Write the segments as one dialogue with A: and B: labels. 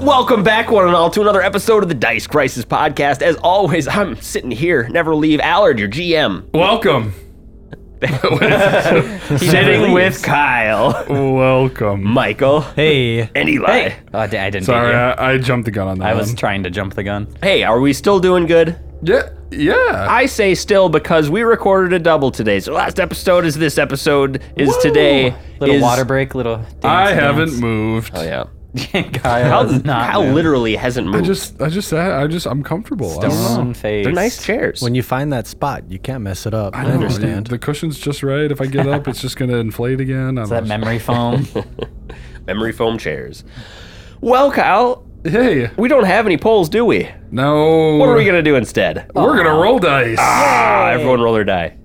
A: Welcome back, one and all, to another episode of the Dice Crisis Podcast. As always, I'm sitting here, never leave Allard, your GM,
B: Welcome.
A: sitting with Kyle,
B: Welcome.
A: Michael,
C: Hey.
A: and Eli. Hey.
C: Oh, I di- I didn't.
B: Sorry, Um,
C: get you.
B: I, I jumped the gun on that.
C: I was
B: one.
C: trying to jump the gun.
A: are we still doing good?
B: yeah, yeah.
A: I say still because we recorded a double today. So last episode is this episode is today.
C: Little
A: is-
C: water break. Little. Dance,
B: I, haven't moved.
A: Oh yeah.
C: moved. Kyle
A: Kyle,
C: has not.
A: Kyle
C: moved.
A: literally hasn't moved.
B: I just, I just, I, I just, I'm comfortable. I don't know.
C: Stone face.
A: They're nice chairs.
D: When you find that spot, you can't mess it up. I,
B: I don't know.
D: understand.
B: The cushion's just right. If I get up, it's just gonna inflate again. I
C: That
B: don't know.
C: memory foam.
A: Memory foam chairs. Well, Kyle,
B: Hey,
A: we don't have any polls, do we?
B: no.
A: What are we gonna do instead?
B: We're gonna roll dice.
A: Ah, everyone roll their die.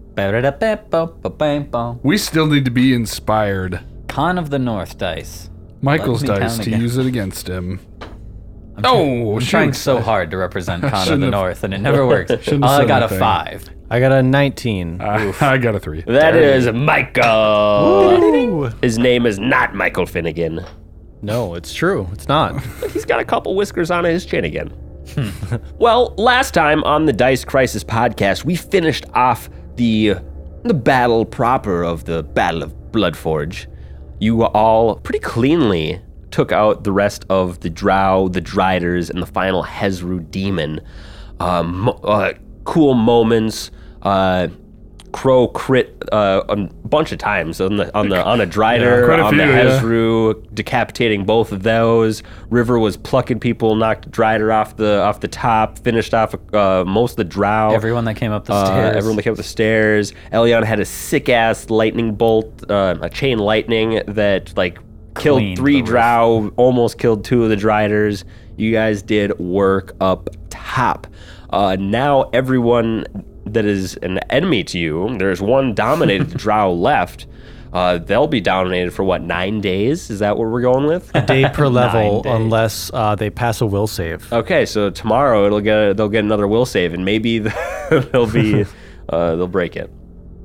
C: Con
B: We still need to be inspired.
C: of the North dice.
B: Michael's
C: me count
B: dice to
C: again.
B: use it against him. oh,
C: I'm trying
B: shoot.
C: so hard to represent Con of
B: shouldn't
C: the
B: have-
C: North, and it never works. Uh,
B: Shouldn't have
C: I
B: said
C: got a
B: anything.
C: five.
D: I got a 19.
B: I, I got a three.
A: That is Michael.
D: Ooh.
A: His name is not Michael Finnegan.
D: No, it's true. It's not.
A: He's got a couple whiskers on his chin again. well, last time on the Dice Crisis podcast, we finished off the the battle proper of the Battle of Bloodforge. You all pretty cleanly took out the rest of the Drow, the Driders, and the final Hezru demon. Um, mo- uh, cool moments. Uh, Crow crit uh, a bunch of times on the on the on a Drider,
B: quite a
A: on the
B: few, yeah.
A: Hezru through decapitating both of those. River was plucking people, knocked Drider off the off the top, finished off uh, most of the Drow.
C: Everyone that came up the
A: Uh,
C: stairs.
A: everyone that came up the stairs. Elyon had a sick ass lightning bolt, uh, a chain lightning that like killed
C: Cleaned the
A: three
C: roof.
A: drow, almost killed two of the driders. You guys did work up top. Uh, now everyone that is an enemy to you, there's one dominated drow left. Uh, they'll be dominated for what nine days? Is that what we're going with?
D: Day per level,
C: days.
D: unless uh, they pass a will save.
A: Okay, so tomorrow it'll get they'll get another will save, and maybe the, they'll be uh, they'll break it.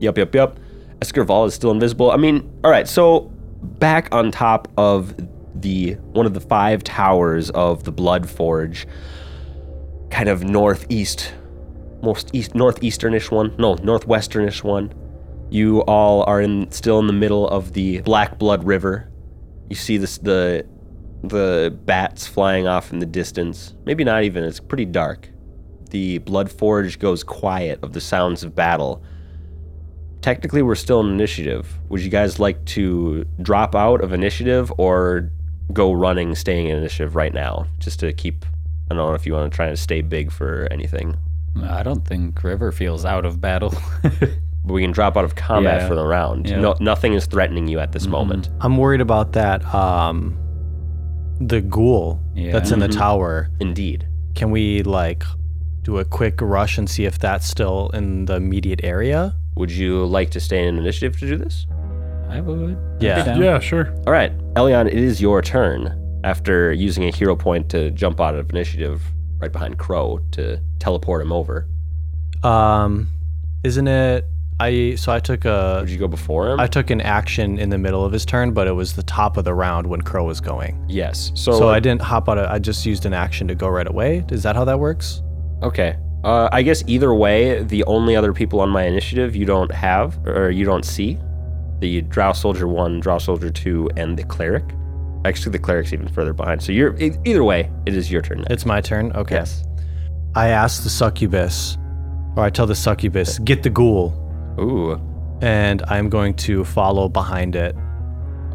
A: Yep, yep, yep. Escarval is still invisible. I mean, all right. So back on top of the one of the five towers of the Blood Forge, kind of northeast, most east northeasternish one. No, northwesternish one. You all are in still in the middle of the Black Blood River. You see this the the bats flying off in the distance. Maybe not even. It's pretty dark. The blood forge goes quiet of the sounds of battle. Technically, we're still in initiative. Would you guys like to drop out of initiative or go running, staying in initiative right now, just to keep? I don't know if you want to try and stay big for anything,
C: I don't think River feels out of battle.
A: but we can drop out of combat
C: Yeah.
A: for the round.
C: Yeah. Mm-hmm.
A: No, nothing is threatening you at this moment.
D: I'm worried about that. Um, the ghoul
C: Yeah.
D: that's in the tower.
A: Indeed.
D: Can we, like, do a quick rush and see if that's still in the immediate area?
A: Would you like to stay in initiative to do this?
C: I would. I'd be
D: Yeah.
C: down.
B: Yeah, sure.
A: All right, Elion, it is your turn after using a hero point to jump out of initiative right behind Crow to teleport him over.
D: Um, isn't it? I so I took a
A: Would you go before him?
D: I took an action in the middle of his turn, but it was the top of the round when Crow was going.
A: yes. So,
D: So I didn't hop out. Of, I just used an action to go right away. Is that how that works?
A: okay. Uh, I guess either way, the only other people on my initiative you don't have or you don't see the Drow Soldier 1, Drow Soldier 2, and the Cleric. Actually, the Cleric's even further behind. So you're e- either way, it is your turn. Next.
D: It's my turn. Okay. I ask the succubus, or I tell the succubus, get the ghoul,
A: Ooh.
D: and I'm going to follow behind it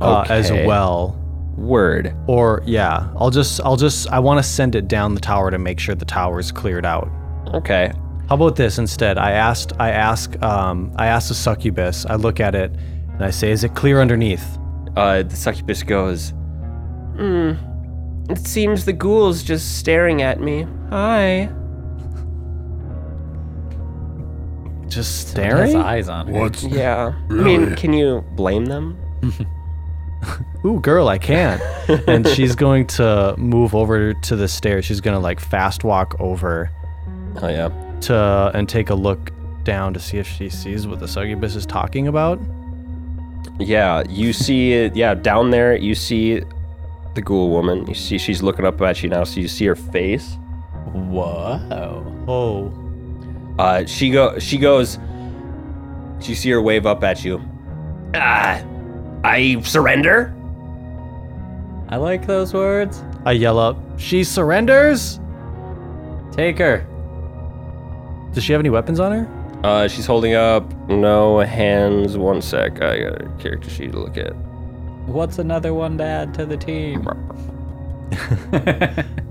D: uh, as
A: Okay.
D: well.
A: Word.
D: Or yeah, I'll just I'll just I want to send it down the tower to make sure the tower's cleared out.
A: Okay.
D: How about this instead? I asked, I ask, um, I asked the succubus. I look at it and I say, "Is it clear underneath?"
A: Uh, the succubus goes, Hmm. It seems the ghoul's just staring at me. Hi.
D: Just
C: It has
D: staring.
C: eyes on her.
B: What's
A: Yeah. I mean, can you blame them?
D: Ooh, girl, I can't. and she's going to move over to the stairs. She's gonna like fast walk over
A: Oh, yeah.
D: to and take a look down to see if she sees what the succubus is talking about.
A: Yeah, you see, yeah, down there, you see the ghoul woman. You see, she's looking up at you now, so you see her face.
C: Whoa.
D: Oh.
A: Uh, she go. She goes. You see her wave up at you. Ah, I surrender.
C: I like those words.
D: I yell up, She surrenders?
C: Take her.
D: Does she have any weapons on her?
A: Uh, she's holding up no hands. One sec. I got a character sheet to look at.
C: What's another one to add to the team?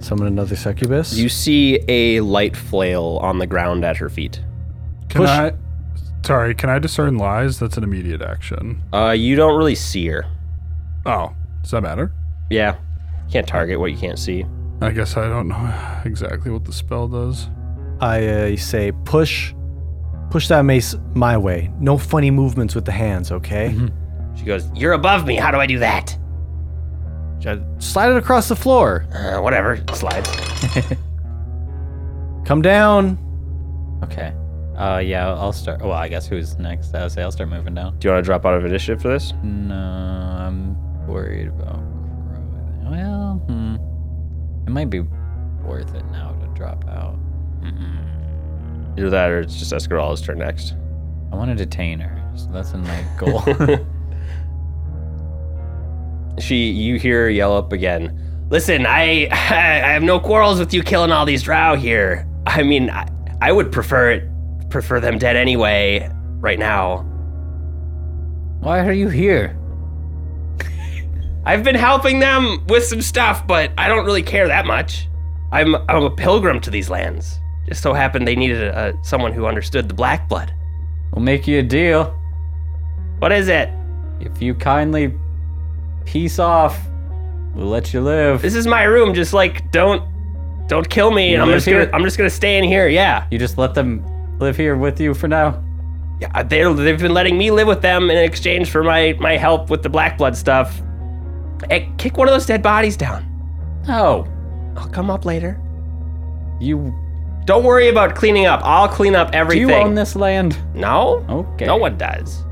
D: Summon another succubus?
A: You see a light flail on the ground at her feet.
B: Can
D: Push-
B: I? Sorry, can I discern lies? That's an immediate action.
A: Uh, you don't really see her.
B: Oh, does that matter?
A: Yeah, can't target what you can't see.
B: I guess I don't know exactly what the spell does.
D: I uh, say, Push. Push that mace my way. No funny movements with the hands, okay?
A: She goes, "You're above me. How do I do that?"
D: Slide it across the floor.
A: Uh, whatever. Slides.
D: Come down.
C: Okay. Uh, yeah, I'll I'll start. Well, I guess who's next? I would say I'll start moving down.
A: Do you want to drop out of initiative for this?
C: No, I'm worried about. Crow. Well, hmm. It might be worth it now to drop out.
A: Either that, or it's just Escarala's turn next.
C: I want to detain her, so that's in my goal.
A: she you hear her yell up again listen i i have no quarrels with you killing all these drow here i mean i, I would prefer it prefer them dead anyway right now
C: Why are you here?
A: i've been helping them with some stuff but i don't really care that much i'm i'm a pilgrim to these lands just so happened they needed a, a, someone who understood the black blood
C: We'll make you a deal.
A: what is it
C: If you kindly peace off, we'll let you live.
A: this is my room just like don't don't kill me and i'm
C: live
A: just gonna
C: here?
A: i'm just gonna stay in here yeah
C: You just let them live here with you for now.
A: Yeah, they're, they've been letting me live with them in exchange for my, my help with the black blood stuff. Hey, kick one of those dead bodies down.
C: No,
A: I'll come up later.
C: you
A: Don't worry about cleaning up. I'll clean up
C: do
A: everything.
C: you own this land?
A: No?
C: Okay.
A: No one does.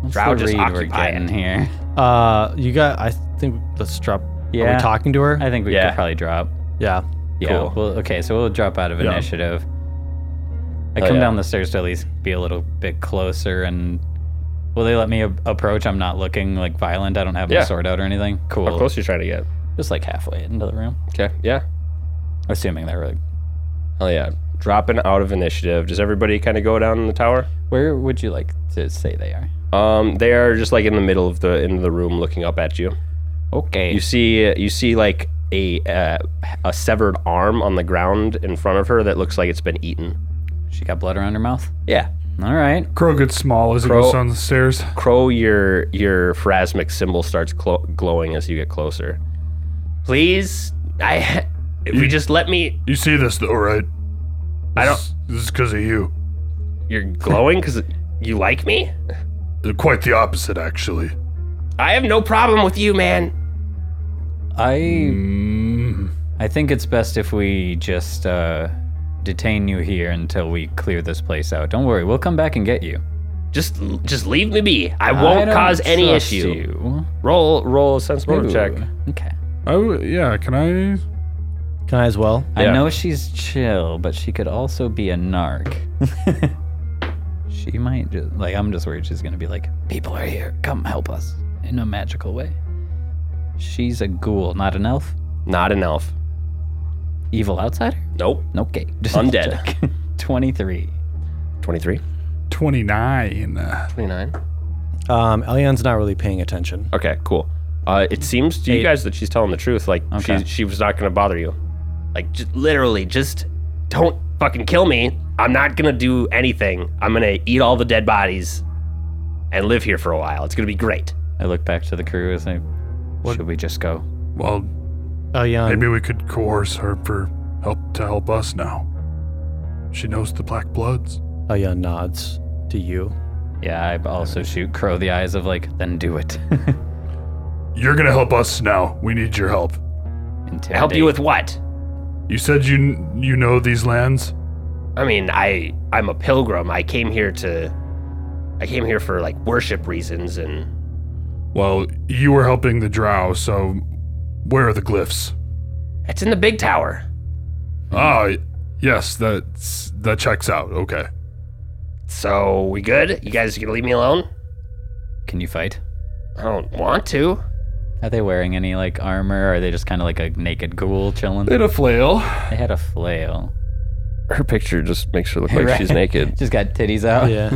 C: What's
A: Drow
C: Hmm. the
A: just
C: read we're
A: occupy it.
C: getting here.
D: Uh, you got, I think, let's drop. Are
C: Yeah.
D: we talking to her?
C: I think we
A: Yeah.
C: could probably drop.
D: yeah.
C: Yeah.
A: Cool.
C: Well, okay, so we'll drop out of
B: Yeah.
C: initiative. I
A: Oh,
C: come
A: yeah.
C: down the stairs to at least be a little bit closer, and will they let me a- approach? I'm not looking like violent. I don't have
A: Yeah.
C: my sword out or anything. Cool.
A: are you trying to get?
C: Just like halfway into the room,
A: Okay. Yeah.
C: assuming they're like.
A: Hell yeah. Dropping out of initiative. Does everybody kind of go down in the tower?
C: Where would you like to say they are?
A: Um, they are just like in the middle of the in the room, looking up at you.
C: Okay.
A: You see, you see like a uh, a severed arm on the ground in front of her that looks like it's been eaten.
C: She got blood around her mouth.
A: Yeah.
C: All right.
B: Crow gets small as
A: Crow-
B: it goes down the stairs.
A: Crow, your your phrasmic symbol starts clo- glowing as you get closer. Please, I. If you just let me,
B: You see this though, right?
A: I
B: This- This is because of you.
A: you're glowing because you like me.
B: Quite the opposite, actually.
A: I have no problem with you, man.
C: I
B: Mm.
C: I think it's best if we just uh, detain you here until we clear this place out. Don't worry, we'll come back and get you.
A: Just, just leave me be. I
C: I
A: won't
C: don't
A: cause any
C: trust
A: issue.
C: you.
A: Roll, roll a sense motive
C: Ooh,
A: check.
C: Okay.
B: I w- yeah, can I?
D: Can I as well?
A: Yeah.
C: I know she's chill, but she could also be a narc. she might just like I'm just worried she's gonna be like, people are here, come help us in a magical way. She's a ghoul, not an elf.
A: Not an elf.
C: Evil outsider?
A: Nope.
C: Okay.
A: Undead.
C: Check. Twenty-three.
A: 23,
B: 29.
A: 29.
D: Um, Elian's not really paying attention.
A: Okay, cool. Uh, it seems to you guys that she's telling the truth. Like
C: Okay.
A: she she was not gonna bother you. Like just literally, just don't fucking kill me. I'm not gonna do anything. I'm gonna eat all the dead bodies and live here for a while. It's gonna be great.
C: I look back to the crew as I should we just go?
B: Well,
D: Elian,
B: maybe we could coerce her for help to help us now. She knows the Black Bloods.
D: Elian nods to you.
C: Yeah, I also shoot Crow the eyes of like, then do it.
B: You're gonna help us now. We need your help.
C: Intimidate.
A: Help you with what?
B: You said you kn- you know these lands.
A: I mean, I I'm a pilgrim. I came here to I came here for like worship reasons and
B: Well, you were helping the Drow, so Where are the glyphs?
A: It's in the big tower.
B: Ah, y- yes, that's that checks out. Okay.
A: So we good? You guys gonna leave me alone?
C: Can you fight?
A: I don't want to.
C: Are they wearing any like armor? Or are they just kind of like a naked ghoul chilling?
B: Bit of flail.
C: They had a flail.
A: Her picture just makes her look like she's
C: Right.
A: naked.
C: Just got titties out.
D: Yeah.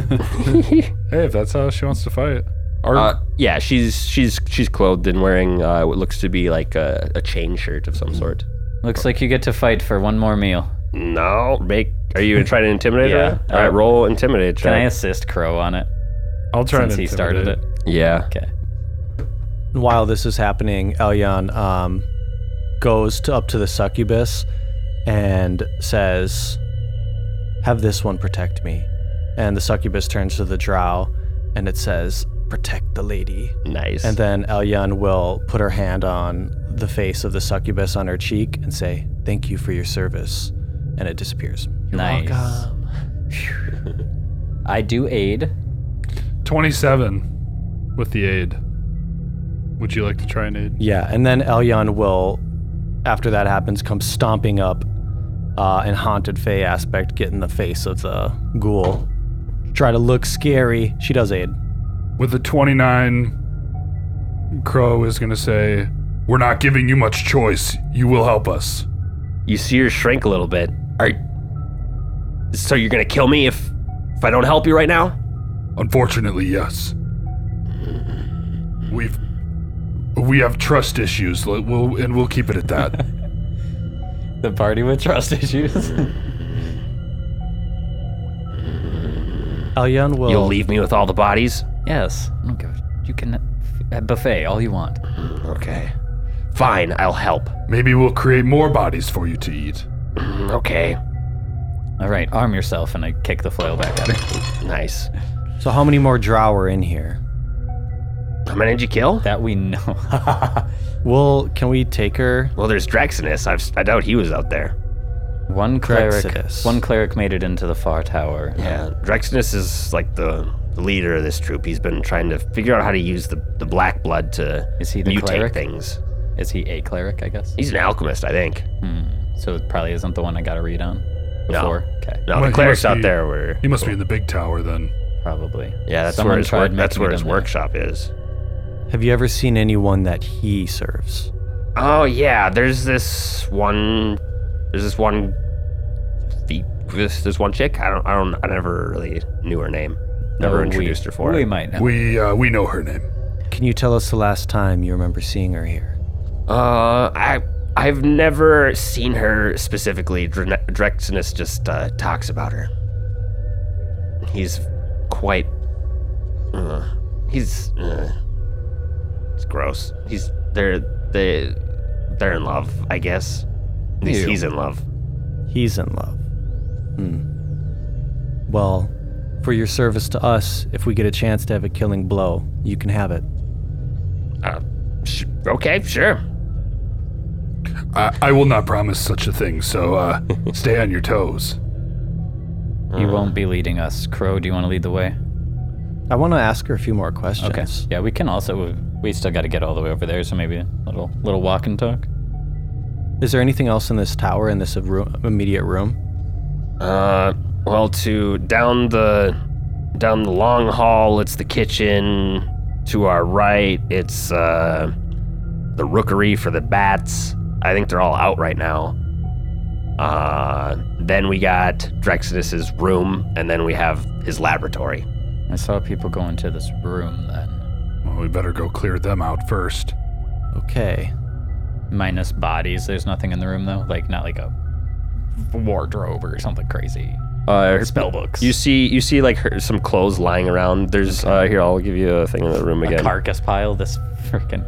B: Hey, if that's how she wants to fight. Or
A: Uh, yeah, she's she's she's clothed and wearing uh, what looks to be like a, a chain shirt of some sort.
C: Looks like you get to fight for one more meal.
A: No, make. Are you trying to intimidate her?
C: Yeah. Uh,
A: All right, roll intimidate.
C: Can I
A: check.
C: assist Crow on it
B: I'll try
C: since
B: and
C: he started it?
B: intimidate.
A: Yeah.
C: Okay.
D: While this is happening, Elyon um, goes to up to the succubus and says, "Have this one protect me." And the succubus turns to the drow, and it says, "Protect the lady."
A: Nice.
C: uh,
D: And then Elyon will put her hand on the face of the succubus on her cheek and say, Thank you for your service. And it disappears.
C: nice. I do aid.
B: 27 with the aid. Would you like to try and aid?
D: Yeah, and then Elyon will, after that happens, come stomping up uh, in haunted fey aspect, get in the face of the ghoul. Try to look scary. She does aid.
B: With the 29, Crow is going to say, We're not giving you much choice. You will help us.
A: you see her shrink a little bit. Are so you're gonna kill me if if I don't help you right now?
B: Unfortunately, yes. We've. We have trust issues, L- we'll, and we'll keep it at that.
C: The party with trust issues.
D: Elyon will.
A: You'll leave me with all the bodies.
C: yes. I don't give a- You can at buffet all you want.
A: Okay. Fine, I'll help.
B: Maybe we'll create more bodies for you to eat.
A: Okay.
C: All right, arm yourself, and I kick the flail back at her.
A: Nice.
D: So, how many more drow are in here?
A: How many did you kill?
C: That we know.
D: Well, can we take her?
A: Well, there's Draxinus. I've, I doubt he was out there.
C: one cleric.
D: Draxidus.
C: One cleric made it into the far tower.
A: Yeah, Draxinus Uh, is like the, the leader of this troop. He's been trying to figure out how to use the, the black blood to
C: Is he the
A: mutate
C: cleric?
A: things.
C: Is he a cleric? I guess. Hmm.
A: He's an alchemist, I think.
C: So it probably isn't the one I got to read on
A: No.
C: before. Okay.
A: No,
B: Well,
A: the
B: he
A: clerics
B: must
A: out
B: be-
A: there were.
B: He must be in the big tower then.
C: Probably.
A: Yeah, that's
C: Someone
A: where his,
C: tried
A: work,
C: making
A: that's where
C: it
A: his
C: in there.
A: workshop is.
D: Have you ever seen anyone that he serves?
A: Oh yeah, there's this one. There's this one. fe- This this one chick. I don't. I don't. I never really knew her name. Never
C: Oh, we-
A: introduced her for
C: We
A: it.
C: might know.
B: We uh, we know her name.
D: Can you tell us the last time you remember seeing her here?
A: Uh, I I've never seen her specifically. Dre- Drexinus just uh, talks about her. He's quite. Uh, he's. Uh, it's gross. He's they're they they're in love, I guess. At least
C: Ew.
A: he's in love.
D: He's in love. Hmm. Well, for your service to us, if we get a chance to have a killing blow, you can have it.
A: Uh, sh- okay, sure.
B: I, I will not promise such a thing, so uh, stay on your toes.
A: Mm.
C: You won't be leading us. Crow, do you want to lead the way?
D: I want to ask her a few more questions.
C: Okay. Yeah, we can also. We still got to get all the way over there, so maybe a little little walk and talk.
D: Is there anything else in this tower, in this roo- immediate room?
A: Uh, well, to down the down the long hall, it's the kitchen. To our right, it's uh, the rookery for the bats. I think they're all out right now. Uh, then we got Drexinus's room, and then we have his laboratory.
C: I saw people go into this room then,
B: Well, we better go clear them out first.
D: Okay.
C: minus bodies. There's nothing in the room though, like not like a wardrobe or something crazy.
A: Uh,
C: Spell books.
A: you see, you see, like her, some clothes lying around. There's uh, here. I'll give you a thing in the room
C: a
A: again.
C: carcass pile. This freaking.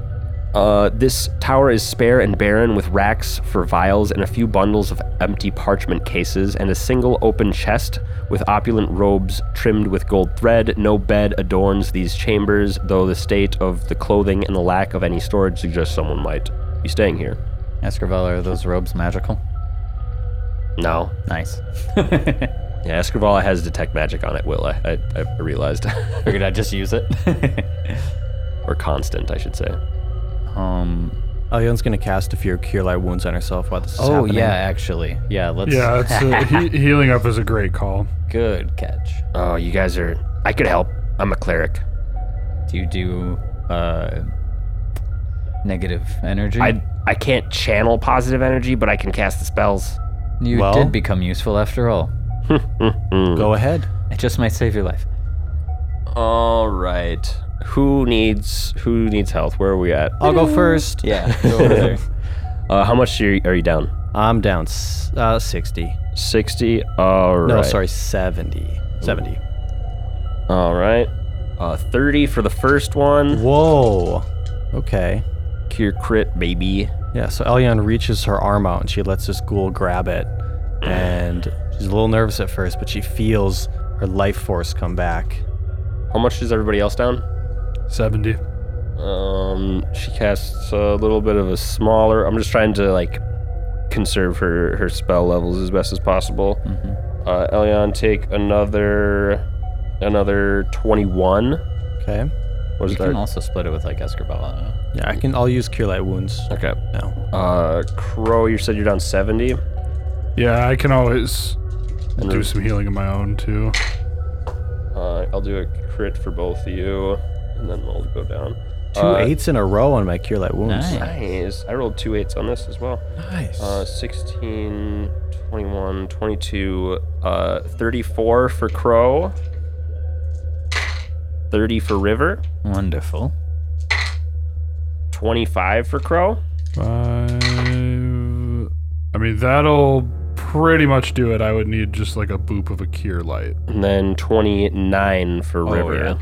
A: Uh, this tower is spare and barren, with racks for vials and a few bundles of empty parchment cases, and a single open chest with opulent robes trimmed with gold thread. No bed adorns these chambers, though the state of the clothing and the lack of any storage suggests someone might be staying here.
C: Escarvel, are those robes magical?
A: No.
C: Nice.
A: Yeah, Escrivala has detect magic on it, Will. I, I, I realized.
C: Figured I'd just use it.
A: or constant, I should say.
C: um,
D: Elion's gonna cast a fear cure light wounds on herself while this is
C: Oh
D: happening.
C: yeah, actually, yeah. Let's.
B: Yeah, it's uh he- healing up is a great call.
C: Good catch.
A: Oh, you guys are. I could help. I'm a cleric.
C: Do you do uh, negative energy?
A: I I can't channel positive energy, but I can cast the spells.
C: you
D: Well-
C: did become useful after all. Hmm.
D: Go ahead.
C: It just might save your life.
A: All right. Who needs Who needs health? Where are we at?
D: I'll go first.
C: Yeah. Go over there.
A: Uh, how much are you, are you down?
D: I'm down s- uh, 60.
A: Sixty. All right.
D: No, sorry, 70. 70.
A: All right. Uh, Thirty for the first one.
D: Whoa. Okay.
A: Cure crit, baby.
D: Yeah, so Elion reaches her arm out and she lets this ghoul grab it. And she's a little nervous at first, but she feels her life force come back.
A: How much is everybody else down?
B: 70.
A: Um, she casts a little bit of a smaller. I'm just trying to like conserve her her spell levels as best as possible. Uh, Elyon, take another another 21.
D: Okay.
A: Was
C: You can
A: that
C: also split it with like Escarbola.
D: Yeah, I can. I'll use cure light wounds
A: okay?
D: now.
A: Uh, Crow, you said you're down 70.
B: Yeah, I can always
A: then-
B: do some healing of my own too.
A: Uh, I'll do a crit for both of you, and then we'll go down.
D: Two
A: Uh,
D: eights in a row on my cure light wounds.
C: Nice.
A: Nice. I rolled two eights on this as well.
D: Nice.
A: Uh, 16, 21, 22, uh, 34 for Crow, 30 for River,
C: Wonderful.
A: 25 for Crow.
B: Five. I mean, that'll pretty much do it. I would need just like a boop of a cure light.
A: And then 29 for River.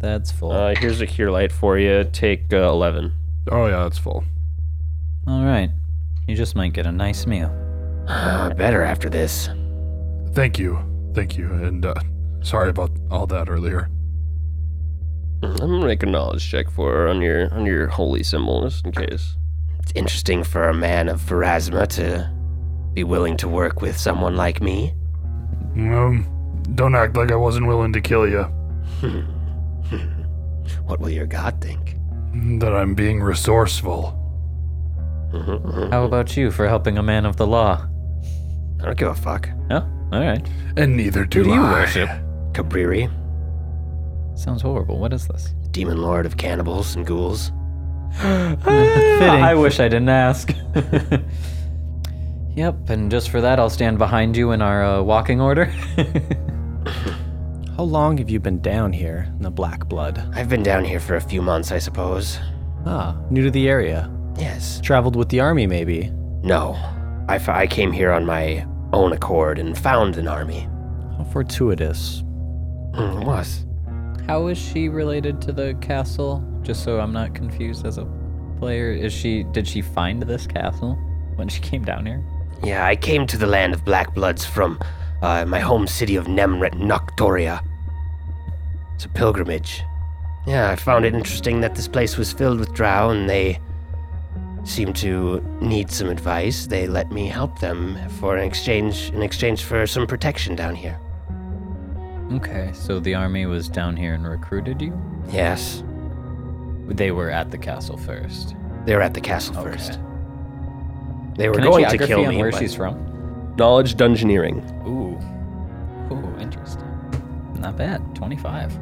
C: That's full.
A: Uh, here's a cure light for you. Take uh, 11.
B: Oh, yeah, that's full.
C: all right. You just might get a nice meal.
A: better after this.
B: Thank you. Thank you. And uh, sorry about all that earlier.
A: I'm gonna make a knowledge check for on your on your holy symbol just in case. It's interesting for a man of Verasma to be willing to work with someone like me.
B: Um, don't act like I wasn't willing to kill you.
A: What will your god think?
B: That I'm being resourceful.
A: Mm-hmm,
C: How about you for helping a man of the law?
A: I don't give a fuck.
C: Oh, all right.
B: And neither do,
C: do you
B: I.
C: worship?
A: Cabriri,
C: Sounds horrible. What is this?
A: demon lord of cannibals and ghouls.
D: Fitting.
C: Ah, I wish I didn't ask. yep, and just for that, I'll stand behind you in our uh, walking order.
D: How long have you been down here in the Black Blood?
A: I've been down here for a few months, I suppose.
D: Ah, new to the area.
A: Yes.
D: Traveled with the army, maybe.
A: No. I, f- I came here on my own accord and found an army.
D: How fortuitous.
A: Mm, it was.
C: How is she related to the castle? Just so I'm not confused as a player, is she? Did she find this castle when she came down here?
A: Yeah, I came to the land of Black Bloods from uh, my home city of Nemret, Noctoria. It's a pilgrimage. Yeah, I found it interesting that this place was filled with drow and they seemed to need some advice. They let me help them for an exchange in exchange for some protection down here.
C: Okay, so the army was down here and recruited you.
A: Yes,
C: They were at the castle first.
A: they were at the castle
C: Okay.
A: first. They were
C: Can
A: going
C: I
A: to
C: geography
A: kill
C: on
A: me.
C: where
A: but-
C: she's from?
A: Knowledge dungeoneering.
C: Ooh, ooh, interesting. Not bad. Twenty-five.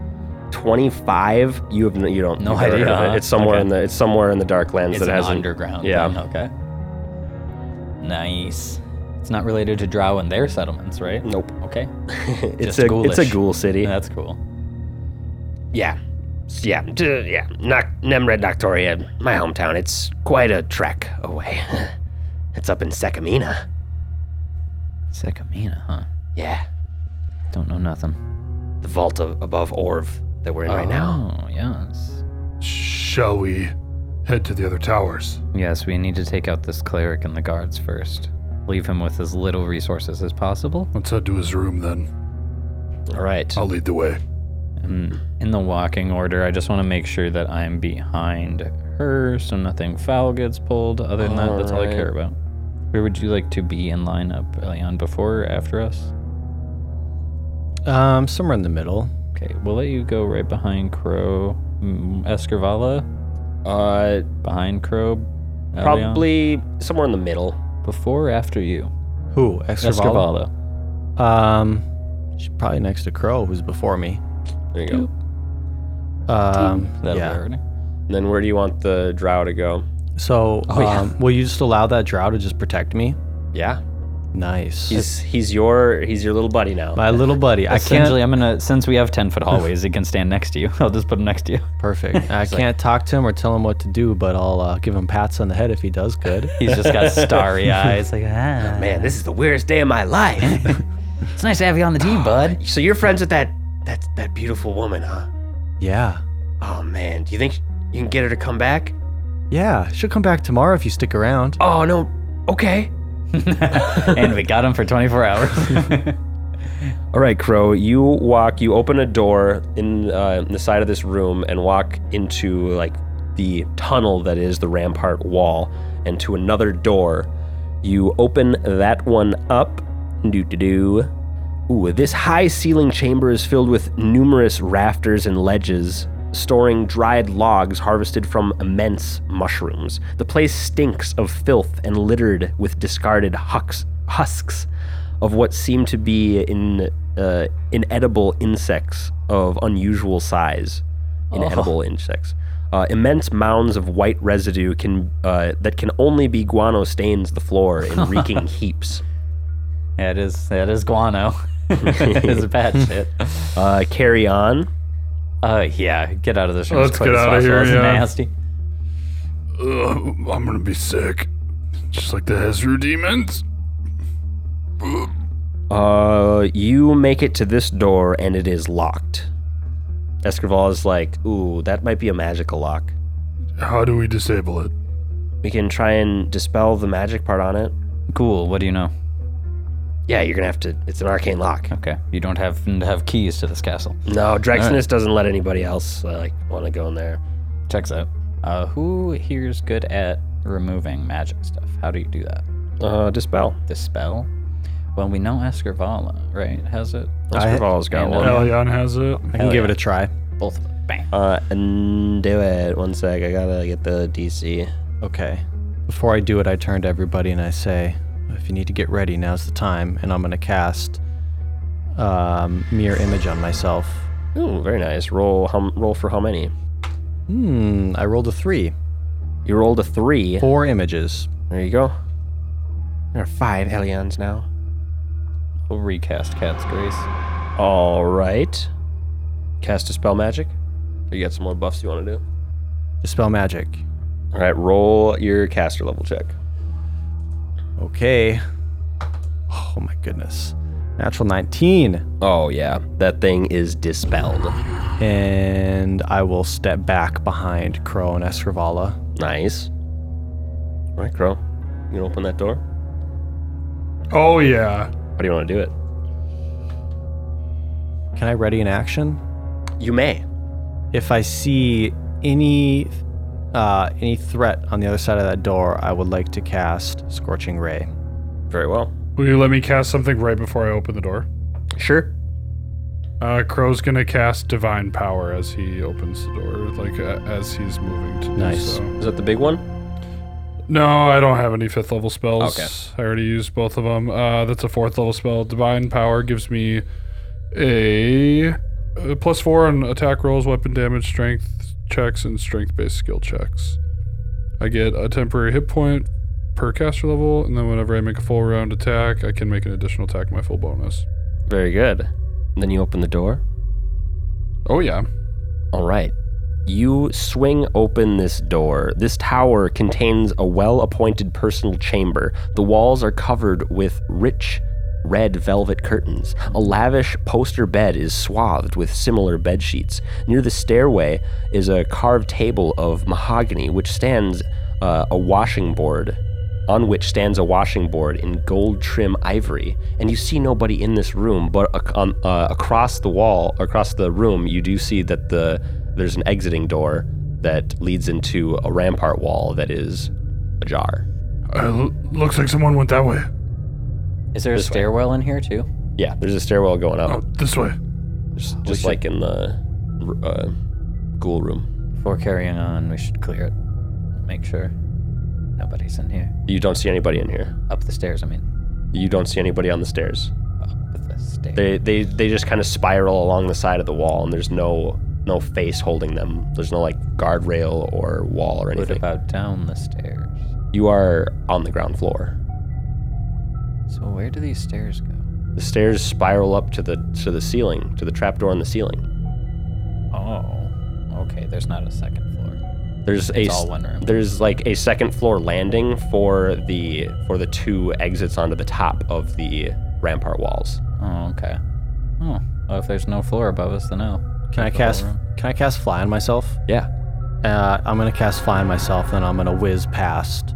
A: 25? You have no, you don't
C: No
A: you've never
C: idea,
A: heard of
C: huh?
A: it. It's somewhere
C: Okay.
A: in the it's somewhere in the dark lands
C: It's
A: that
C: an
A: has
C: underground.
A: yeah.
C: thing, Okay. Nice. It's not related to Drow and their settlements, right?
A: Nope.
C: Okay.
A: it's
C: Just
A: a it's a
C: ghoulish.
A: ghoul city.
D: Uh,
C: That's cool.
A: Yeah. S- Yeah, d- yeah. Noc- Nemred Noctoria, my hometown. It's quite a trek away. it's up in Sekamina.
C: Sekamina, huh?
A: Yeah,
C: Don't know nothing.
A: the vault of, above Orv that we're in right now.
C: Oh, yes.
B: Shall we head to the other towers?
C: Yes, we need to take out this cleric and the guards first. Leave him with as little resources as possible.
B: Let's head to his room then.
C: Oh.
A: All right.
B: I'll lead the way.
C: And Um, in the walking order, I just want to make sure that I'm behind her so nothing foul gets pulled. Other than that, that's all I care about. Where would you like to be in line up, Leon, before or after us?
D: Um, somewhere in the middle.
C: Okay, we'll let you go right behind Crow. Mm, Escarvala,
A: Uh,
C: behind Crow, Elyon?
A: Probably somewhere in the middle.
C: before or after you.
D: Who? Extraval.
C: Escarvaldo.
D: Um, she's probably next to Crow, who's before me.
A: There you go.
D: Um,
C: That'll
D: yeah.
C: be already.
A: Then where do you want the drow to go?
D: So,
C: Oh, yeah.
D: um, will you just allow that drow to just protect me?
A: Yeah,
D: Nice.
A: he's he's your he's your little buddy now.
D: my little buddy. I
C: Essentially,
D: can't.
C: I'm gonna since we have ten foot hallways, he can stand next to you. I'll just put him next to you.
D: Perfect. I can't talk to him or tell him what to do, but I'll uh, give him pats on the head if he does good.
C: He's just got starry eyes, like ah.
A: Man, this is the weirdest day of my life.
C: It's nice to have you on the team, bud.
A: so you're friends with that that that beautiful woman, huh?
D: yeah.
A: Oh man, do you think you can get her to come back?
D: Yeah. She'll come back tomorrow if you stick around.
A: Oh no. Okay.
C: and we got him for 24 hours.
A: All right, Crow. You walk. You open a door in, uh, in the side of this room and walk into like the tunnel that is the rampart wall, and to another door. You open that one up. Do do do. Ooh, this high ceiling chamber is filled with numerous rafters and ledges, storing dried logs harvested from immense mushrooms. The place stinks of filth and littered with discarded hucks, husks of what seem to be in, uh, inedible insects of unusual size. Inedible insects. Uh, immense mounds of white residue can uh, that can only be guano stains the floor in reeking heaps.
C: yeah, it is. That is guano. it is bad shit.
A: Uh, carry on.
C: Uh, yeah, get out of this room.
B: Let's
C: as quick
B: get
C: as
B: out of
C: possible.
B: here,
C: That's
B: yeah.
C: nasty.
B: Ugh, I'm gonna be sick. Just like the Hezru demons.
A: Uh, you make it to this door and it is locked. Escrival is like, ooh, that might be a magical lock.
B: How do we disable it?
A: We can try and dispel the magic part on it.
C: Cool. What do you know?
A: Yeah, you're gonna have to. It's an arcane lock.
C: Okay, you don't have to have keys to this castle.
A: No, Draxness
C: Alright.
A: doesn't let anybody else uh, like want to go in there.
C: Checks out. Uh, who here's good at removing magic stuff? How do you do that?
A: Uh, dispel.
C: Dispel. Well, we know Escarvala, right? Has it?
A: Escrival's got
C: and,
A: one.
C: uh,
B: Elyon has it.
D: Oh, I can give it a try.
C: Both of them. Bang.
A: Uh, and do it. One sec. I gotta get the DC.
D: Okay. Before I do it, I turn to everybody and I say, if you need to get ready, now's the time. And I'm going to cast um, Mirror Image on myself.
A: Ooh, very nice. Roll. How, roll for how many?
D: Hmm. I rolled a three.
A: You rolled a three.
D: Four images.
A: There you go. There are five Elions now.
C: We'll recast Cat's Grace.
A: All right. Cast a spell magic. You got some more buffs you want to do?
D: Dispel magic.
A: All right, roll your caster level check.
D: Okay. Oh my goodness. Natural 19.
A: Oh, yeah. That thing is dispelled.
D: And I will step back behind Crow and Esravala.
A: Nice. All right, Crow. You gonna open that door?
B: Oh yeah.
A: How do you want to do it?
D: Can I ready an action?
A: You may.
D: If I see any uh, any threat on the other side of that door, I would like to cast Scorching Ray.
A: Very well.
B: Will you let me cast something right before I open the door?
A: Sure.
B: Uh, Crow's gonna cast divine power as he opens the door, like uh, as he's moving to do
D: Nice.
B: so.
A: Is that the big one?
B: No, I don't have any fifth level spells.
A: Okay.
B: I already used both of them. Uh, that's a fourth level spell. Divine power gives me a, a plus four on attack rolls, weapon damage, strength checks, and strength based skill checks. I get a temporary hit point per caster level, and then whenever I make a full round attack, I can make an additional attack my full bonus.
A: Very good. And then you open the door.
B: Oh yeah.
A: All right. You swing open this door. This tower contains a well appointed personal chamber. The walls are covered with rich red velvet curtains. A lavish poster bed is swathed with similar bed sheets. Near the stairway is a carved table of mahogany, which stands uh, a washing board on which stands a washing board in gold trim ivory. And you see nobody in this room, but ac- on, uh, across the wall, across the room, you do see that the there's an exiting door that leads into a rampart wall that is ajar.
B: Uh, l- looks like someone went that way.
C: Is there a stairwell in here too?
A: Yeah, there's a stairwell going up,
B: Oh, this way.
A: just, just like in the r- uh, ghoul room.
C: Before carrying on, we should clear it. Make sure. Nobody's in here.
A: You don't see anybody in here.
C: Up the stairs, I mean.
A: You don't see anybody on the stairs.
C: Up the stairs.
A: They they they just kind of spiral along the side of the wall, and there's no no face holding them. There's no like guardrail or wall or
C: what
A: anything.
C: about down the stairs?
A: You are on the ground floor.
C: So where do these stairs go?
A: The stairs spiral up to the to the ceiling, to the trapdoor in the ceiling.
C: Oh, okay. There's not a second floor.
A: There's a
C: It's
A: s-
C: all one room.
A: there's like a second floor landing for the for the two exits onto the top of the rampart walls.
C: Oh, okay. Oh, well, if there's no floor above us, then no.
D: Can I
C: Keep the whole
D: cast?
C: room.
D: Can I cast fly on myself?
A: Yeah.
D: Uh, I'm gonna cast fly on myself, and I'm gonna whiz past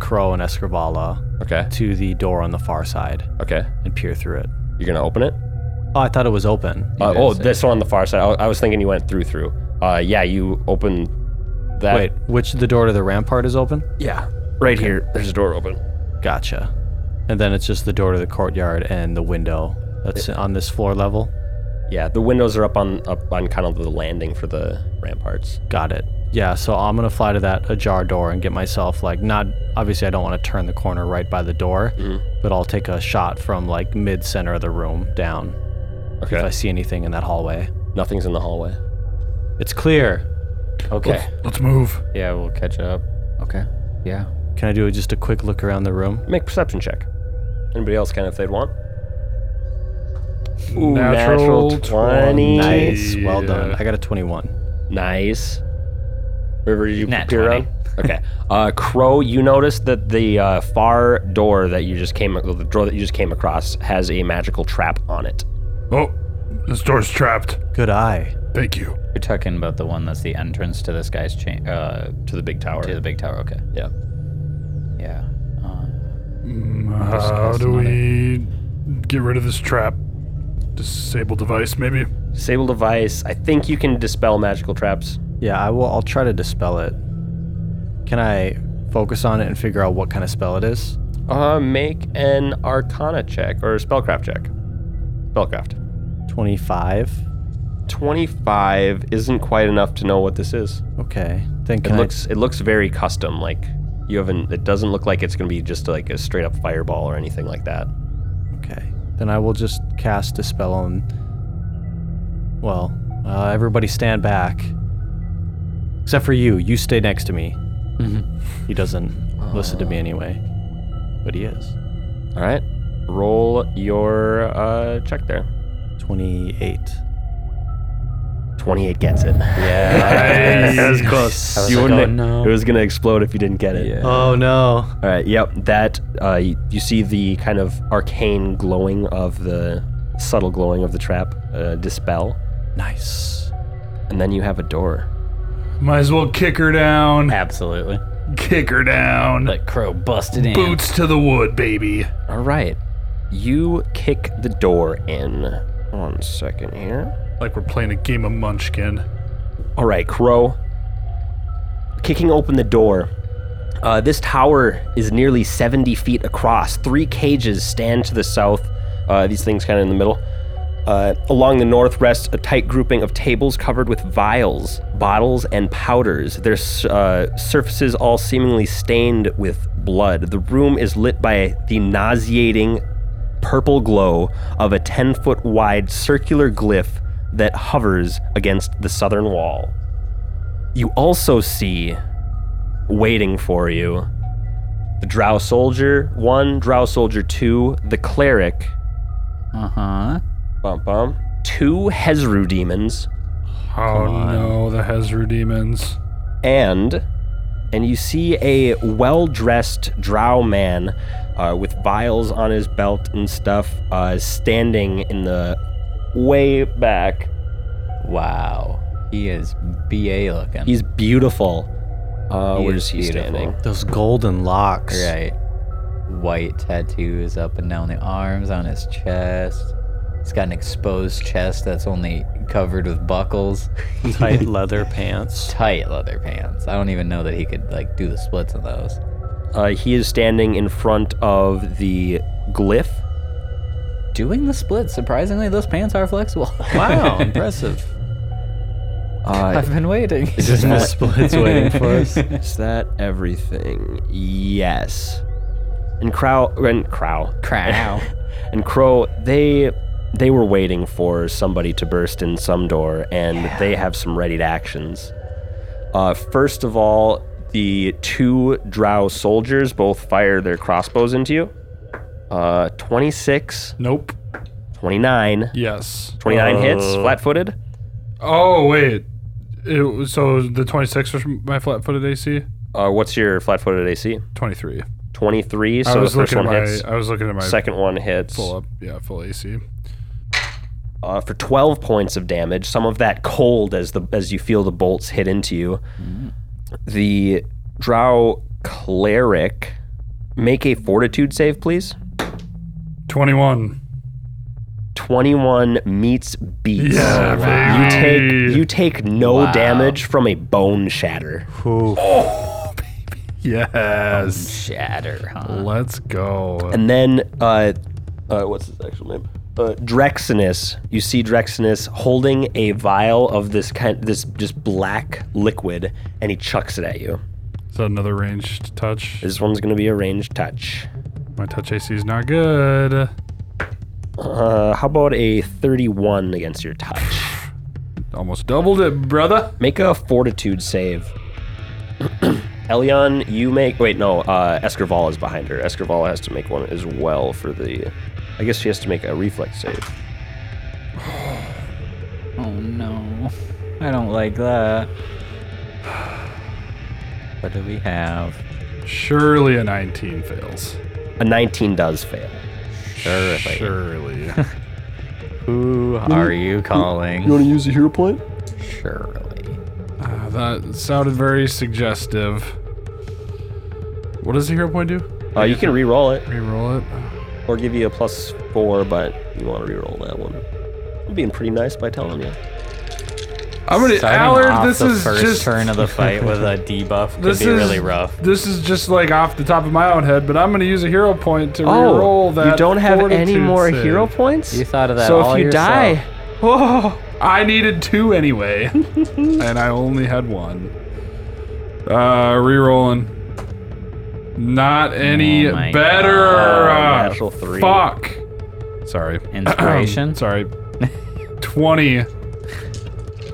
D: Crow and Escrivala
A: Okay.
D: to the door on the far side
A: Okay.
D: and peer through it.
A: You're gonna open it.
D: Oh, I thought it was open.
A: Uh,
C: did
A: oh,
C: say.
A: this one on the far side. I, I was thinking you went through through. Uh, yeah, you open that.
D: Wait, which the door to the rampart is open?
A: Yeah. Right here. There's a door open.
D: Gotcha. And then it's just the door to the courtyard and the window that's on this floor level.
A: Yeah, the windows are up on up on kind of the landing for the ramparts.
D: Got it. Yeah, so I'm gonna fly to that ajar door and get myself like not obviously I don't want to turn the corner right by the door,
A: Mm-hmm.
D: but I'll take a shot from like mid center of the room down if I see anything in that hallway.
A: Nothing's in the hallway.
D: It's clear.
A: Okay.
B: Let's move.
C: Yeah, we'll catch up. Okay. Yeah.
D: Can I do just a quick look around the room?
A: Make perception check. Anybody else can if they'd want. Ooh,
B: Natural
A: natural 20.
D: Nice, well done.
B: Yeah.
D: I got a 21.
A: Nice. River, did you
C: Nat
A: peer
C: 20.
A: around? Okay. Uh, Crow, you noticed that the uh, far door that you just came, the door that you just came across, has a magical trap on it.
B: Oh, this door's trapped.
D: Good eye.
B: Thank you.
C: You're talking about the one that's the entrance to this guy's chain, uh,
A: To the big tower.
C: to the big tower. Okay.
A: yeah.
C: Yeah. Uh,
B: Uh, How
C: cast
B: do
C: another.
B: we get rid of this trap? Disable device, maybe?
A: Disable device. I think you can dispel magical traps.
D: Yeah, I will I'll try to dispel it. Can I focus on it and figure out what kind of spell it is?
A: Uh, make an Arcana check or a spellcraft check. Spellcraft.
D: 25.
A: Twenty-five isn't quite enough to know what this is.
D: Okay. Then
A: It
D: can I
A: looks it looks very custom. Like you haven't. It doesn't look like it's gonna be just like a straight up fireball or anything like that.
D: Okay. Then I will just cast a spell on. Well, uh, everybody stand back. Except for you. You stay next to me. He doesn't listen to me
C: Uh.
D: anyway. But he is.
A: All right. Roll your uh, check there.
D: 28.
A: 28 gets it.
B: Nice.
A: that was close.
C: I was
A: You
C: like,
A: wouldn't-
C: oh, no.
A: It was going to explode if you didn't get it.
C: yeah.
D: Oh no.
A: All right. Yep. That uh, y- you see the kind of arcane glowing of the subtle glowing of the trap uh, dispel,
D: Nice.
A: and then you have a door.
B: Might as well kick her down.
C: Absolutely.
B: Kick her down.
C: Like Crow busted in.
B: Boots to the wood, baby.
A: All right. You kick the door in. One second here.
B: Like we're playing a game of Munchkin.
A: All right, Crow. Kicking open the door. Uh, this tower is nearly 70 feet across. Three cages stand to the south. Uh, these things kind of in the middle. Uh, along the north rests a tight grouping of tables covered with vials, bottles, and powders, their s- uh, surfaces all seemingly stained with blood. The room is lit by the nauseating purple glow of a 10 foot wide circular glyph that hovers against the southern wall. You also see, waiting for you, the Drow Soldier 1, Drow Soldier 2, the Cleric,
C: Uh huh.
A: Bum bum. Two Hezru demons
B: Oh no, the Hezru demons.
A: and and you see a well-dressed drow man uh, with vials on his belt and stuff uh, standing in the way back.
C: Wow. He is BA looking.
A: He's beautiful. Uh,
C: He
A: where's
C: is
A: he
C: beautiful.
A: standing?
D: Those golden locks.
C: right. White tattoos up and down the arms, on his chest. He's got an exposed chest that's only covered with buckles.
D: Tight leather pants.
C: Tight leather pants. I don't even know that he could like do the splits in those.
A: Uh, he is standing in front of the glyph.
C: Doing the splits, surprisingly, those pants are flexible.
D: Wow, impressive.
A: Uh,
C: I've been waiting.
A: is, that,
D: Split's waiting for us.
A: is that everything? Yes. And Crow and Crow
C: Crow.
A: and Crow they they were waiting for somebody to burst in some door, and they have some readied actions. Uh, first of all, the two Drow soldiers both fire their crossbows into you. Uh, 26,
B: Nope.
A: 29,
B: Yes.
A: 29 hits,
B: Uh.
A: flat-footed.
B: Oh wait. It, was- so the 26 was my flat-footed AC.
A: Uh, what's your flat-footed AC?
B: 23.
A: 23. So
B: I was
A: the first
B: looking at
A: one
B: my.
A: hits.
B: I was looking at my
A: Second one hits
B: full up. Yeah, full AC.
A: uh, for 12 points of damage. Some of that cold as the as you feel the bolts hit into you. The Drow cleric, make a Fortitude save, please.
B: 21.
A: Oh, 21 meets beats.
B: Yeah,
A: You take
B: baby.
A: you take no damage from a bone shatter.
B: Yes.
C: Shatter, huh?
B: Let's go.
A: And then, uh, uh, what's his actual name? Uh, Drexenus. You see Drexenus holding a vial of this kind, this just black liquid, and he chucks it at you.
B: Is that another ranged touch?
A: This one's gonna be a ranged touch.
B: My touch AC is not good.
A: Uh, how about a 31 against your touch?
B: Almost doubled it, brother.
A: Make a Fortitude save. Elion, you make. Wait, no. Uh, Escarvala is behind her. Escarvala has to make one as well for the. I guess she has to make a reflex save.
C: Oh no. I don't like that. What do we have?
B: Surely a 19 fails.
A: A 19 does fail.
B: Surely.
C: Who are you calling?
A: to use a hero point?
C: Surely.
B: Ah, that sounded very suggestive. What does the hero point do?
A: Uh, you can re-roll it,
B: Reroll it.
A: or give you a plus four, but you want to re-roll that one. I'm being pretty nice by telling you.
B: I'm gonna
C: Starting
B: Allard.
C: off
B: This
C: the
B: is
C: first
B: just
C: turn of the fight with a debuff could
B: this
C: be
B: is
C: really rough.
B: This is just like off the top of my own head, but I'm gonna use a hero point to reroll that.
A: Oh, you don't have any
B: fortitude
A: more
B: save.
A: hero points?
C: You thought of that
A: So
C: all
A: if you
C: yourself.
A: die, whoa!
B: Oh, I needed two anyway, and I only had one. Uh, rerolling. Not any
C: Oh my
B: better. Uh,
A: God. Natural three.
B: Fuck. Sorry.
C: Inspiration?
B: Sorry. Twenty.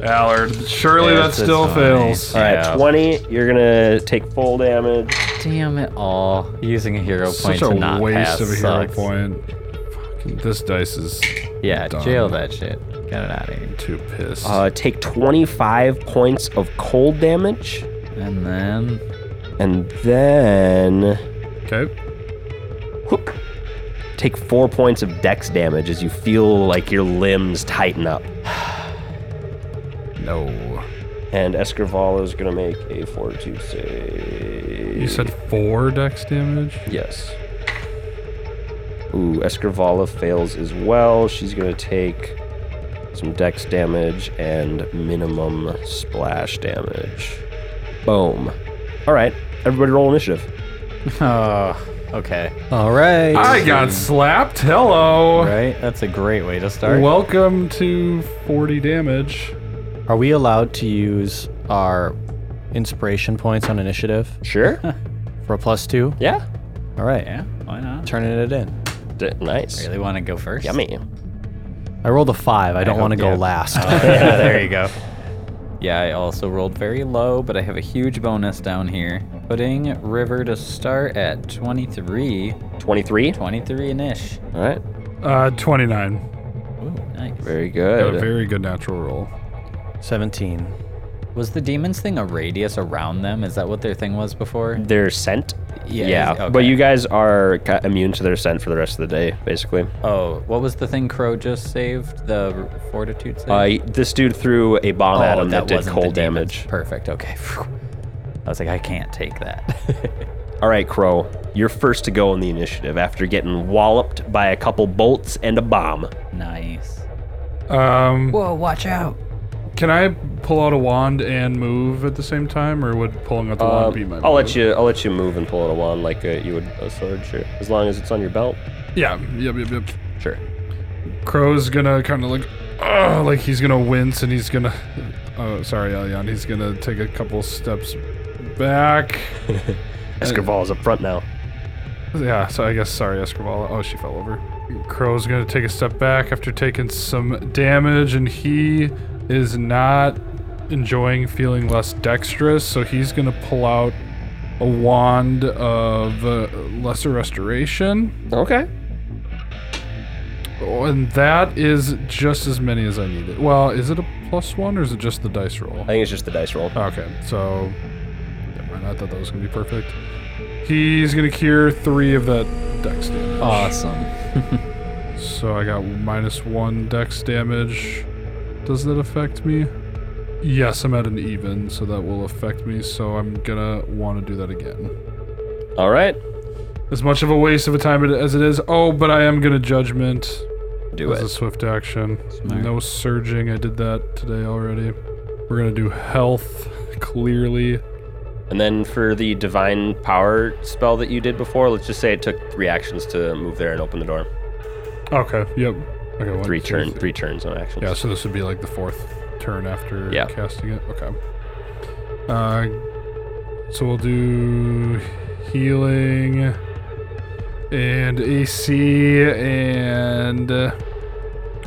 B: Allard. Surely that
C: This is
B: still
C: funny.
B: fails.
A: All right,
C: Yeah.
A: 20. You're gonna take full damage.
C: Damn it all. Using a hero point
B: Such
C: to
B: a
C: not
B: waste
C: pass
B: of a hero
C: sucks.
B: point. Fucking, this dice is
C: Yeah,
B: Dumb.
C: jail that shit. Get it out of here.
B: too pissed.
A: Uh, take 25 points of cold damage,
C: And then
A: and then
B: okay.
A: whoop, take four points of dex damage as you feel like your limbs tighten up.
B: No.
A: And Escarvala is gonna make a fortitude save.
B: You said four dex damage.
A: Yes. Ooh, Escarvala fails as well. She's going to take some dex damage and minimum splash damage. Boom. All right. Everybody roll initiative.
C: Oh, okay.
D: All right.
B: I got slapped. Hello.
C: Right? That's a great way to start.
B: Welcome to 40 damage.
D: Are we allowed to use our inspiration points on initiative
A: Sure.
D: for a plus two?
A: yeah.
D: All right.
C: yeah, why not?
D: Turning it in.
A: D- nice.
C: Really want to go first?
A: Yummy.
D: I rolled a five. I don't want to
C: hope-
D: go
C: yeah.
D: last.
C: yeah, there you go. Yeah, I also rolled very low, but I have a huge bonus down here. Putting River to start at 23.
A: 23.
C: 23 and ish.
A: All right.
B: Uh, 29.
C: Ooh, nice.
A: Very
B: Got
A: good.
B: a very good natural roll.
D: 17.
C: Was the demons thing a radius around them? Is that what their thing was before?
A: Their scent?
C: Yeah,
A: yeah.
C: is-
A: But
C: okay.
A: you guys are ca- immune to their scent for the rest of the day, basically.
C: Oh, what was the thing Crow just saved? The r- fortitude save?
A: Uh, this dude threw a bomb
C: Oh,
A: at him that, did
C: wasn't the
A: cold
C: demons.
A: damage.
C: Perfect. Okay. I was like, I can't take that.
A: All right, Crow, you're first to go in the initiative after getting walloped by a couple bolts and a bomb.
C: nice.
B: Um,
C: Whoa, watch out.
B: can I pull out a wand and move at the same time, or would pulling out the
A: Um,
B: wand be my
A: I'll
B: move?
A: let you. I'll let you move and pull out a wand like uh, you would a sword, sure. As long as it's on your belt,
B: Yeah. Yep, yep, yep.
A: sure.
B: Crow's gonna kind of like, uh, like he's gonna wince and he's gonna Oh, sorry, Elyon. He's gonna take a couple steps back.
A: Escoval is up front now.
B: Yeah, so I guess sorry, Escobar. Oh, she fell over. Crow's gonna take a step back after taking some damage, and he is not enjoying feeling less dexterous, so he's gonna pull out a wand of uh, lesser restoration,
A: Okay.
B: oh, and that is just as many as I needed. Well, is it a plus one or is it just the dice roll?
A: I think it's just the dice roll.
B: Okay, so never mind. I thought that was gonna be perfect. He's gonna cure three of that dex damage.
C: Awesome.
B: So I got minus one dex damage. Does that affect me? Yes, I'm at an even, so that will affect me. So I'm gonna want to do that again.
A: All right.
B: As much of a waste of a time it- as it is. Oh, but I am gonna judgment
A: Do
B: as a
A: it.
B: swift action.
C: Smart.
B: No surging. I did that today already. We're gonna do health clearly.
A: And then for the divine power spell that you did before, let's just say it took three actions to move there and open the door.
B: Okay. Yep. Okay. one,
A: Three
B: two,
A: turn,
B: three.
A: three turns on actions.
B: Yeah, so this would be like the fourth turn after
A: Yeah.
B: casting it. Okay. Uh, so we'll do healing and AC, and uh,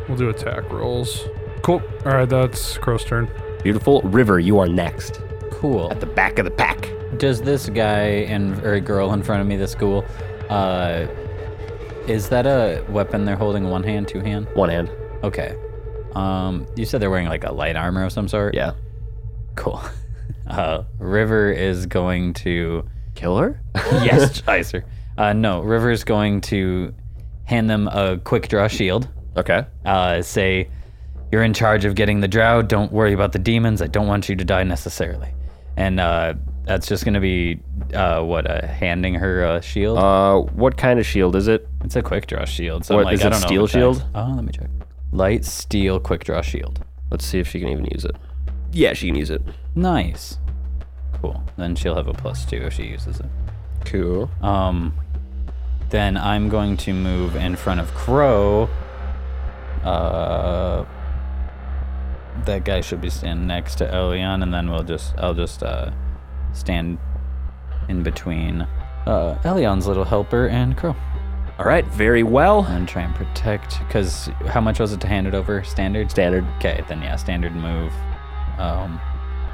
B: we'll do attack rolls. Cool. All right, that's Crow's turn.
A: Beautiful river. You are next.
C: Cool.
A: The back of the pack.
C: Does this guy and or girl in front of me, this ghoul, uh, is that a weapon they're holding one hand, two hand?
A: One hand.
C: Okay. Um, you said they're wearing like a light armor of some sort.
A: Yeah.
C: Cool. Uh, River is going to
A: Kill her.
C: yes, Icer. Uh, no, River's going to hand them a quick draw shield.
A: okay.
C: Uh, say, you're in charge of getting the drow. Don't worry about the demons. I don't want you to die necessarily. And uh, that's just going to be uh, what uh, handing her a shield.
A: Uh, what kind of shield is it?
C: it's a quick draw shield. So
A: what-
C: I'm like,
A: is
C: I
A: it
C: don't know
A: steel
C: if that's-
A: shield?
C: Oh, let me check. Light steel quick draw shield.
A: Let's see if she can even use it. Yeah, she can use it.
C: Nice. Cool. Then she'll have a plus two if she uses it.
A: Cool.
C: Um, then I'm going to move in front of Crow. Uh, that guy should be standing next to Elion, and then we'll just I'll just uh stand in between uh Elion's little helper and Crow,
A: All right. Very well.
C: and try and protect. Cause how much was it to hand it over? Standard.
A: Standard.
C: Okay, then yeah, standard move. Um,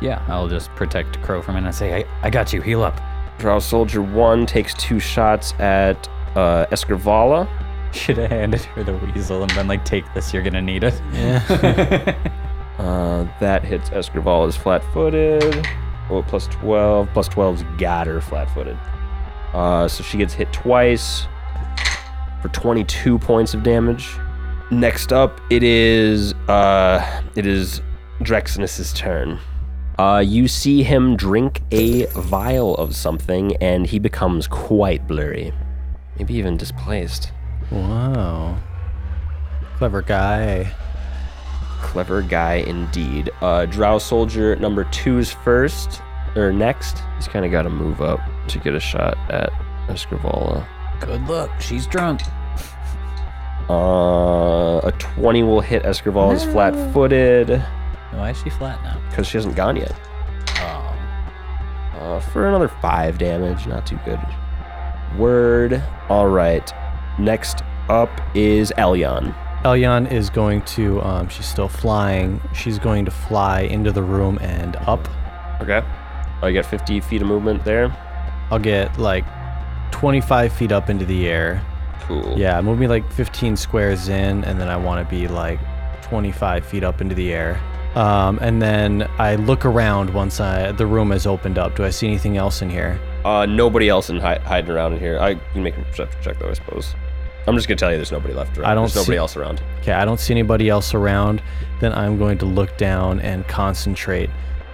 C: yeah, I'll just protect Crow from it and I say, I, I got you, heal up.
A: Drow soldier one takes two shots at uh, Escrivala.
C: Should have handed her the weasel and been like, take this, you're gonna need it.
A: Uh, that hits Escrival is flat footed. Oh, plus 12. Plus 12's got her flat footed. Uh, so she gets hit twice for 22 points of damage. Next up, it is uh, it is Drexnus's turn. Uh, you see him drink a vial of something, and he becomes quite blurry, maybe even displaced.
D: Wow. Clever guy.
A: Clever guy indeed. Uh, Drow soldier number two is first or next. He's kind of got to move up to get a shot at Escrivala.
C: Good luck, she's drunk.
A: Uh, a 20 will hit Escrivala's flat-footed
C: Why is she flat now?
A: because she hasn't gone yet. Uh, for another five damage, not too good. Word. All right. Next up is Elyon.
D: Elyon is going to, um, she's still flying. She's going to fly into the room and up.
A: Okay. Oh, you got 50 feet of movement there.
D: I'll get like 25 feet up into the air.
A: Cool.
D: Yeah, move me like 15 squares in, and then I want to be like 25 feet up into the air. Um, and then I look around once I, the room has opened up. Do I see anything else in here?
A: Uh, nobody else in hi- hiding around in here. I can make a perception check though, I suppose. I'm just gonna tell you, there's nobody left around.
D: I don't
A: There's nobody
D: see-
A: else around.
D: Okay, I don't see anybody else around. Then I'm going to look down and concentrate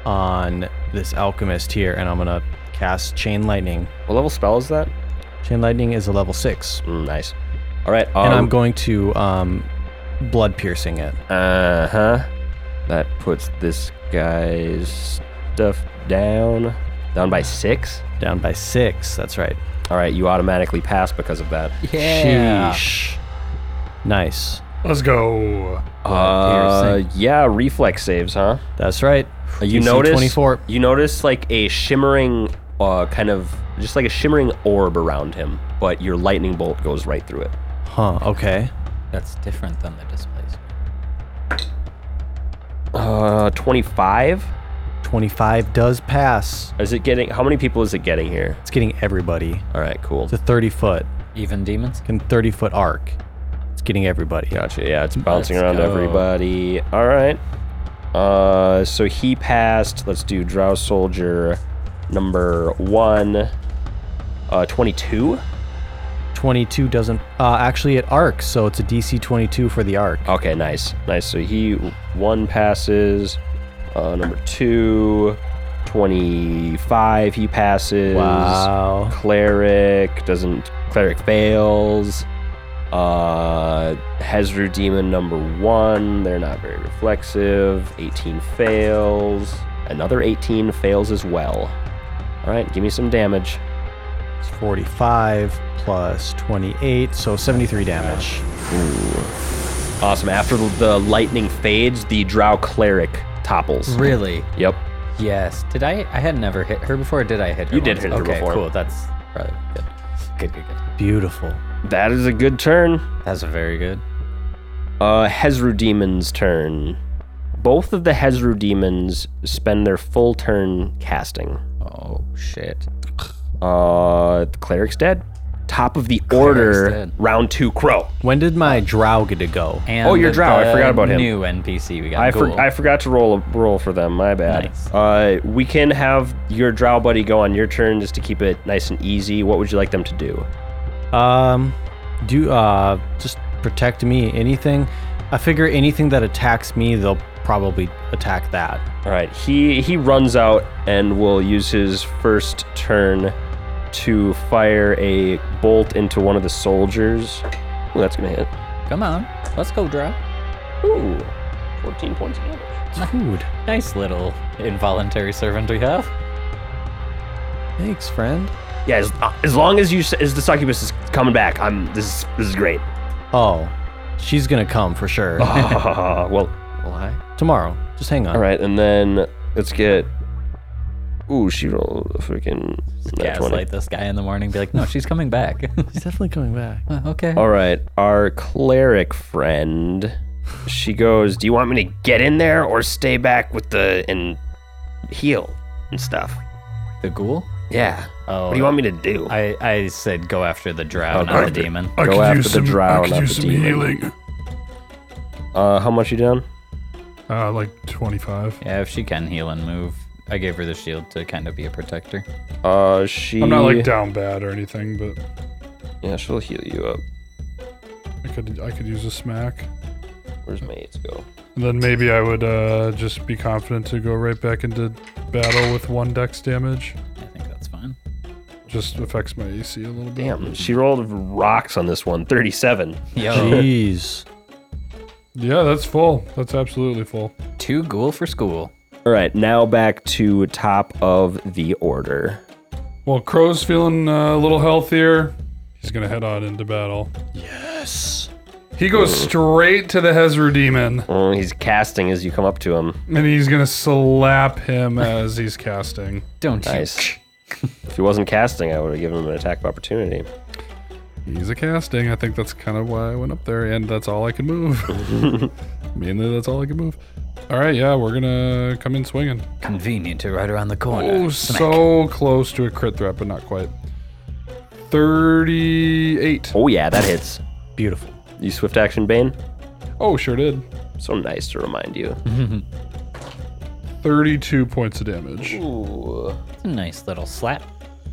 D: on this alchemist here, and I'm gonna cast chain lightning.
A: What level spell is that?
D: Chain lightning is a level six,
A: Mm, nice. All right.
D: and I'm
A: Um,
D: going to um, blood piercing it.
A: uh huh. That puts this guy's stuff down, down by six.
D: Down by six. That's right.
A: All right, you automatically pass because of that.
C: Yeah.
D: Sheesh. Nice.
B: Let's go.
A: Uh, yeah, reflex saves, huh?
D: That's right.
A: Uh, You
D: DC
A: notice
D: 24.
A: You notice like a shimmering, uh, kind of just like a shimmering orb around him, but your lightning bolt goes right through it.
D: Huh. Okay.
C: That's different than the displays.
A: Uh, 25.
D: 25 does pass.
A: Is it getting? How many people is it getting here?
D: It's getting everybody.
A: All right, cool.
D: It's a 30 foot.
C: Even demons?
D: Can 30 foot arc. It's getting everybody.
A: Gotcha. Yeah, it's bouncing
C: Let's
A: around
C: go.
A: everybody. All right. Uh, so he passed. Let's do Drow Soldier number one. Uh, 22.
D: 22 doesn't. Uh, actually, it arcs, so it's a DC 22 for the arc.
A: Okay, nice. Nice. So he one passes. Uh, number two, 25. He passes.
D: Wow.
A: Cleric doesn't. Cleric fails. Uh, Hezru Demon number one. They're not very reflexive. 18 fails. Another 18 fails as well. All right, give me some damage.
D: It's 45 plus 28, so 73 damage.
A: Awesome. After the lightning fades, the Drow Cleric topples.
C: Really?
A: Yep.
C: Yes. Did I? I had never hit her before. or Did I hit her?
A: You did
C: once?
A: hit her
C: okay,
A: before.
C: Cool. That's rather good. Good, good, good.
D: Beautiful.
A: That is a good turn.
C: That's very good.
A: Uh, Hezru Demon's turn. Both of the Hezru Demons spend their full turn casting.
C: Oh, shit.
A: Uh, the cleric's dead. Top of the order,
C: dead.
A: round two, Crow.
D: When did my drow get to go?
C: And
A: Oh, you're Drow. I
C: the
A: forgot about him.
C: New NPC we got.
A: I, for-
C: Ghoul.
A: I forgot to roll a roll for them. My bad.
C: Nice.
A: Uh, we can have your Drow buddy go on your turn just to keep it nice and easy. What would you like them to do?
D: Um, do uh, just protect me. Anything. I figure anything that attacks me, they'll probably attack that.
A: All right, he he runs out and will use his first turn to fire a bolt into one of the soldiers. Ooh, that's gonna hit.
C: Come on. Let's go, Drow.
A: Ooh, 14 points of damage.
D: Dude,
C: Nice little involuntary servant we have.
D: thanks, friend.
A: Yeah, as, uh, as long as you s- as the succubus is coming back, I'm this is this is great.
D: Oh, she's gonna come for sure
A: well,
C: Why?
D: tomorrow. Just hang on.
A: Oh. all right, and then let's get. Ooh, she rolled a freaking nat 20.
C: Gaslight this guy in the morning. Be like, no, she's coming back.
D: He's definitely coming back.
C: Uh, okay.
A: All right, our cleric friend. She goes, "Do you want me to get in there or stay back with the and heal and stuff?"
C: The ghoul?
A: Yeah.
C: Oh,
A: what do you want me to do?
C: I, I said go after the drow,
A: Oh,
C: not the
A: okay.
C: demon.
B: I
A: Go
B: could
A: after
B: use
A: the
B: some,
A: drow,
B: I could
A: not
B: use
A: the
B: some
A: demon.
B: healing.
A: uh, how much you down?
B: Uh, like 25.
C: Yeah, if she can heal and move. I gave her the shield to kind of be a protector.
A: Uh, she.
B: I'm not like down bad or anything, but
A: Yeah, she'll heal you up.
B: I could I could use a smack.
A: Where's my aids go?
B: And then maybe I would uh, just be confident to go right back into battle with one dex damage.
C: I think that's fine.
B: Just affects my AC a little bit.
A: Damn, she rolled rocks on this one. Thirty-seven.
C: Yo,
D: Jeez.
B: Yeah, that's full. That's absolutely full.
C: two ghoul for school.
A: All right, now back to top of the order.
B: Well, Crow's feeling uh, a little healthier. He's gonna head on into battle.
D: Yes.
B: He goes straight to the Hezru demon,
A: Oh, he's casting as you come up to him.
B: and he's gonna slap him as he's casting.
C: Don't you?
A: Nice. if he wasn't casting, I would have given him an attack of opportunity.
B: He's a casting. I think that's kind of why I went up there, and that's all I could move. Mainly, that's all I could move. All right, yeah, we're gonna come in swinging.
C: Convenient to right around the corner.
B: Oh,
A: Uh,
B: so close to a crit threat, but not quite. 38.
A: Oh yeah, that hits.
D: Beautiful.
A: You swift action bane.
B: Oh, sure did.
A: So nice to remind you.
B: 32 points of damage.
A: Ooh.
C: That's a nice little slap.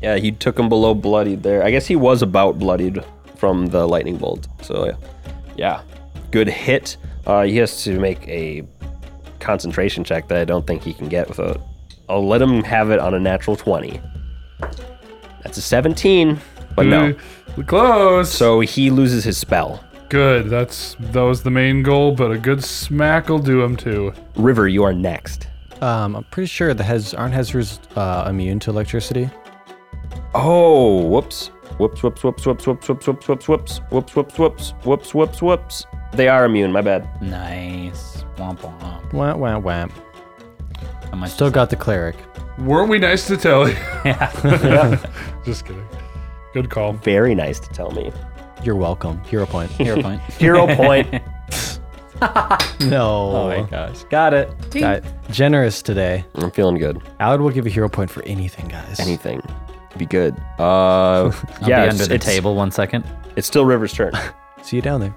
A: Yeah, he took him below bloodied there. I guess he was about bloodied from the lightning bolt. So yeah, yeah, good hit. Uh, he has to make a concentration check that I don't think he can get without. I'll let him have it on a natural twenty. That's a seventeen, but no.
B: Uh, Close.
A: So he loses his spell.
B: good. That's that was the main goal, but a good smack will do him too.
A: River, you are next.
D: Um, I'm pretty sure the Hez aren't Hezru's uh, immune to electricity.
A: Oh, whoops. Whoops, whoops, whoops, whoops, whoops, whoops, whoops, whoops, whoops, whoops, whoops, whoops, whoops, whoops, whoops. They are immune, my bad.
C: Nice. Womp womp.
D: Wah, wah, wah.
C: How much
D: Still
C: is
D: got the cleric.
B: Weren't we nice to tell you?
A: Yeah.
B: Just kidding. Good call.
A: Very nice to tell me.
D: You're welcome. Hero point.
C: that? Hero point.
A: Hero point.
C: Oh my
D: no.
C: gosh. Got it.
D: Guy- generous today.
A: I'm feeling good.
D: Allard will give a hero point for anything, guys.
A: Anything. Be good. Uh,
C: I'll
A: yeah,
C: be
A: it's-
C: under the
A: it's-
C: table one second.
A: It's still River's turn.
D: See you down there.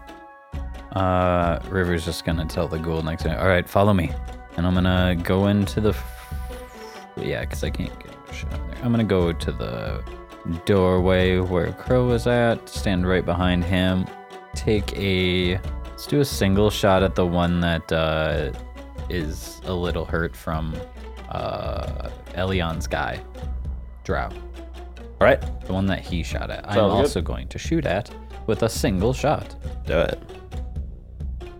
C: Uh, River's just gonna tell the ghoul next to him, All right, follow me, and I'm gonna go into the. F- yeah, because I can't get shit out of there. I'm gonna go to the doorway where Crow was at. Stand right behind him. Take a. Let's do a single shot at the one that uh, is a little hurt from uh, Elion's guy, Drow.
A: All right.
C: The one that he shot at. I'm
A: Sounds good.
C: also going to shoot at with a single shot.
A: Do it.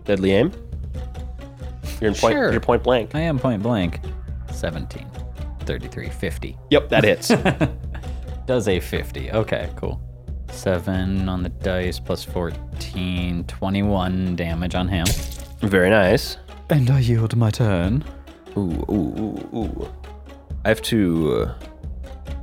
A: Deadly aim. You're in point.
C: Sure.
A: You're point blank.
C: I am point blank. 17, 33, 50.
A: Yep, that hits.
C: Does a 50. Okay, cool. 7 on the dice plus 14, 21 damage on him.
A: Very nice.
C: And I yield my turn.
A: Ooh, ooh, ooh, ooh. I have to. uh,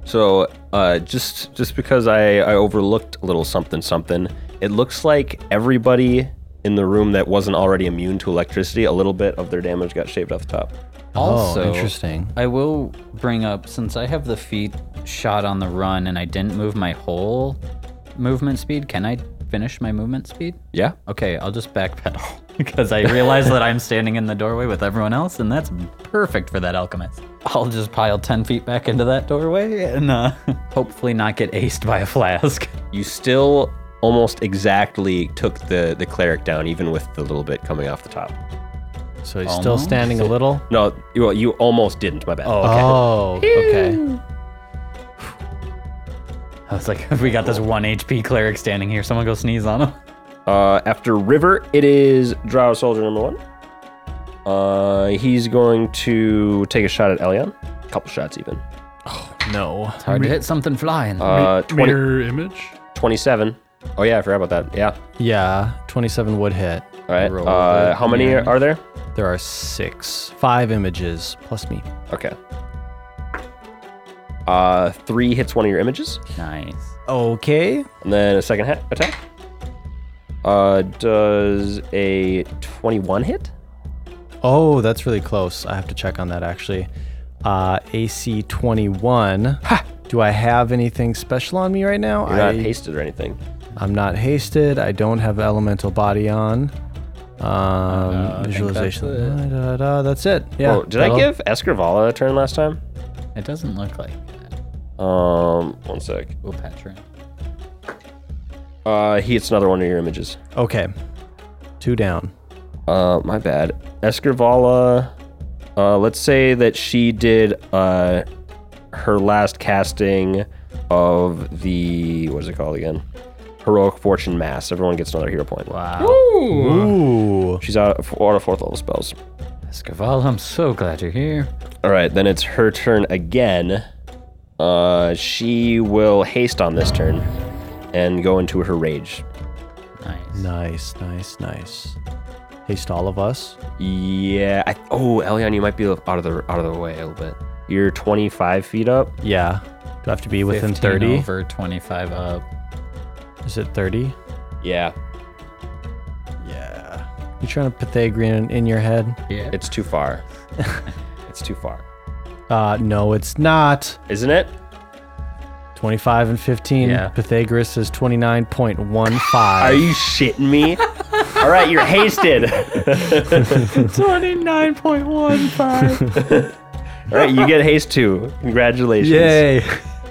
A: So, uh, just just because I, I overlooked a little something something, it looks like everybody in the room that wasn't already immune to electricity, a little bit of their damage got shaved off the top.
C: Also,
D: oh, interesting.
C: I will bring up since I have the feet shot on the run and I didn't move my whole movement speed, can I finish my movement speed?
A: Yeah.
C: Okay, I'll just backpedal because I realize that I'm standing in the doorway with everyone else, and that's perfect for that alchemist. I'll just pile 10 feet back into that doorway and uh, hopefully not get aced by a flask.
A: You still almost exactly took the the cleric down, even with the little bit coming off the top.
D: So he's still
C: Almost.
D: standing a little.
A: No, you, well, you almost didn't. My bad.
D: Oh, okay.
C: I was like, we got this 1 HP cleric standing here. Someone go sneeze on him.
A: Uh, after River, it is Drow Soldier number one. Uh, he's going to take a shot at Elion. couple shots even.
D: No.
C: It's hard to hit something flying.
A: Uh, 20,
B: Mirror image.
A: 27. Oh, yeah, I forgot about that. Yeah.
D: Yeah, 27 would hit.
A: All right.
C: Roll
A: Uh,
C: the
A: how many
C: damage.
A: are there?
D: There are six, five images plus me.
A: Okay. Uh, three hits one of your images,
C: nice.
D: Okay.
A: and then a second ha- attack. Uh, does a 21 hit?
D: Oh, that's really close. I have to check on that actually. Uh, AC 21. Do I have anything special on me right now?
A: You're not
D: I,
A: hasted or anything.
D: I'm not hasted. I don't have elemental body on. Um, visualization. That's it. Da, da, da, that's it. Yeah.
A: oh, did I
D: that'll-
A: give Escrivala a turn last time?
C: It doesn't look like that.
A: Um, one sec.
C: We'll patch her in.
A: Uh, he hits another one of your images.
D: Okay. Two down.
A: Uh, my bad. Escrivala. Uh, let's say that she did uh, her last casting of the what is it called again? Heroic Fortune Mass. Everyone gets another hero point.
C: Wow.
D: Ooh.
A: She's out of, out of fourth level spells.
C: Escaval, I'm so glad you're here.
A: All right, then it's her turn again. Uh, she will haste on this turn and go into her rage.
C: Nice.
D: Nice, nice, nice. Haste all of us.
A: Yeah. I, oh, Elion, you might be out of the out of the way a little bit. You're 25 feet up.
D: Yeah. Do I have to be
C: 15
D: within 30?
C: over 25 up.
D: Is it 30?
A: Yeah,
D: Yeah. You trying to Pythagorean in your head?
C: Yeah.
A: It's too far. it's too far.
D: Uh, no, it's not.
A: Isn't it?
D: 25 and 15.
C: Yeah.
D: Pythagoras is 29.15.
A: Are you shitting me? All right, you're hasted.
C: 29.15.
A: All right, you get haste two. Congratulations.
D: Yay.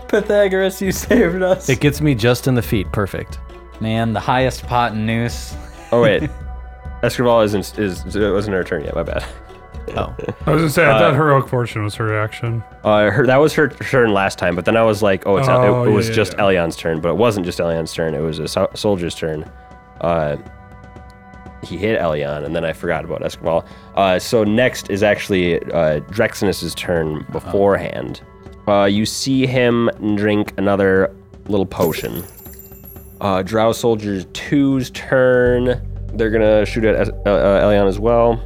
C: Pythagoras, you saved us.
D: It gets me just in the feet. Perfect.
C: Man, the highest pot and noose.
A: Oh wait, Escrival isn't is it wasn't her turn yet. My bad.
D: Oh.
B: I was gonna say I thought heroic fortune was her action.
A: Uh, her, that was her turn last time, but then I was like, oh, it's not,
B: Oh,
A: it, it
B: yeah,
A: was
B: yeah,
A: just
B: yeah.
A: Elion's turn, but it wasn't just Elion's turn. It was a so- soldier's turn. Uh, he hit Elion, and then I forgot about Escrival. Uh, so next is actually uh, Drexinus's turn beforehand. Uh, you see him drink another little potion. Uh, Drow Soldier 2's turn. They're going to shoot at Es- uh, uh, Elyon as well.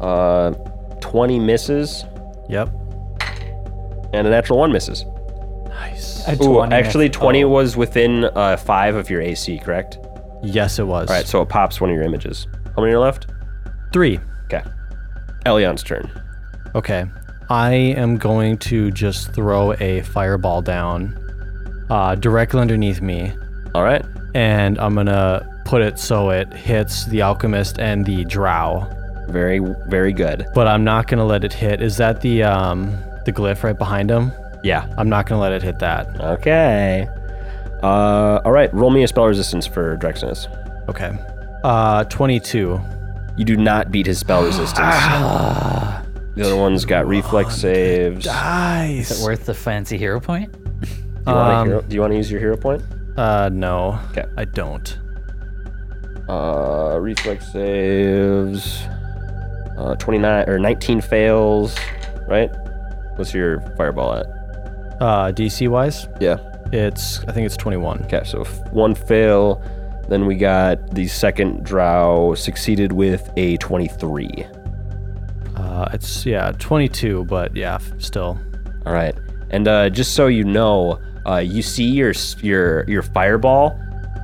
A: Uh, 20 misses,
D: Yep.
A: and a natural 1 misses.
D: Nice.
C: A
A: Ooh,
C: 20
A: actually,
C: miss-
A: 20
C: oh.
A: was within uh, 5 of your AC, correct?
D: Yes, it was.
A: All right, so it pops one of your images. How many are left?
D: Three.
A: Okay. Elyon's turn.
D: Okay. I am going to just throw a fireball down uh, directly underneath me,
A: All right.
D: and I'm going to put it so it hits the alchemist and the drow.
A: Very, very good.
D: But I'm not going to let it hit. Is that the um, the glyph right behind him?
A: Yeah.
D: I'm not going to let it hit that.
A: Okay. Uh, all right. Roll me a spell resistance for Drexinus.
D: Okay. Uh, 22.
A: You do not beat his spell resistance. the other one's got reflex saves. Do
D: Nice.
C: Is it worth the fancy hero point?
A: you, wanna hero- do you want to use your hero point?
D: Uh, no.
A: Okay.
D: I don't.
A: Uh, reflex saves. Uh, 29 or 19 fails, right? What's your fireball at?
D: Uh, DC wise,
A: Yeah.
D: it's I think it's 21.
A: Okay, so f- one fail. Then we got the second drow succeeded with a 23.
D: Uh, it's yeah 22, but yeah f- still.
A: All right. And uh, just so you know, uh, you see your s- your your fireball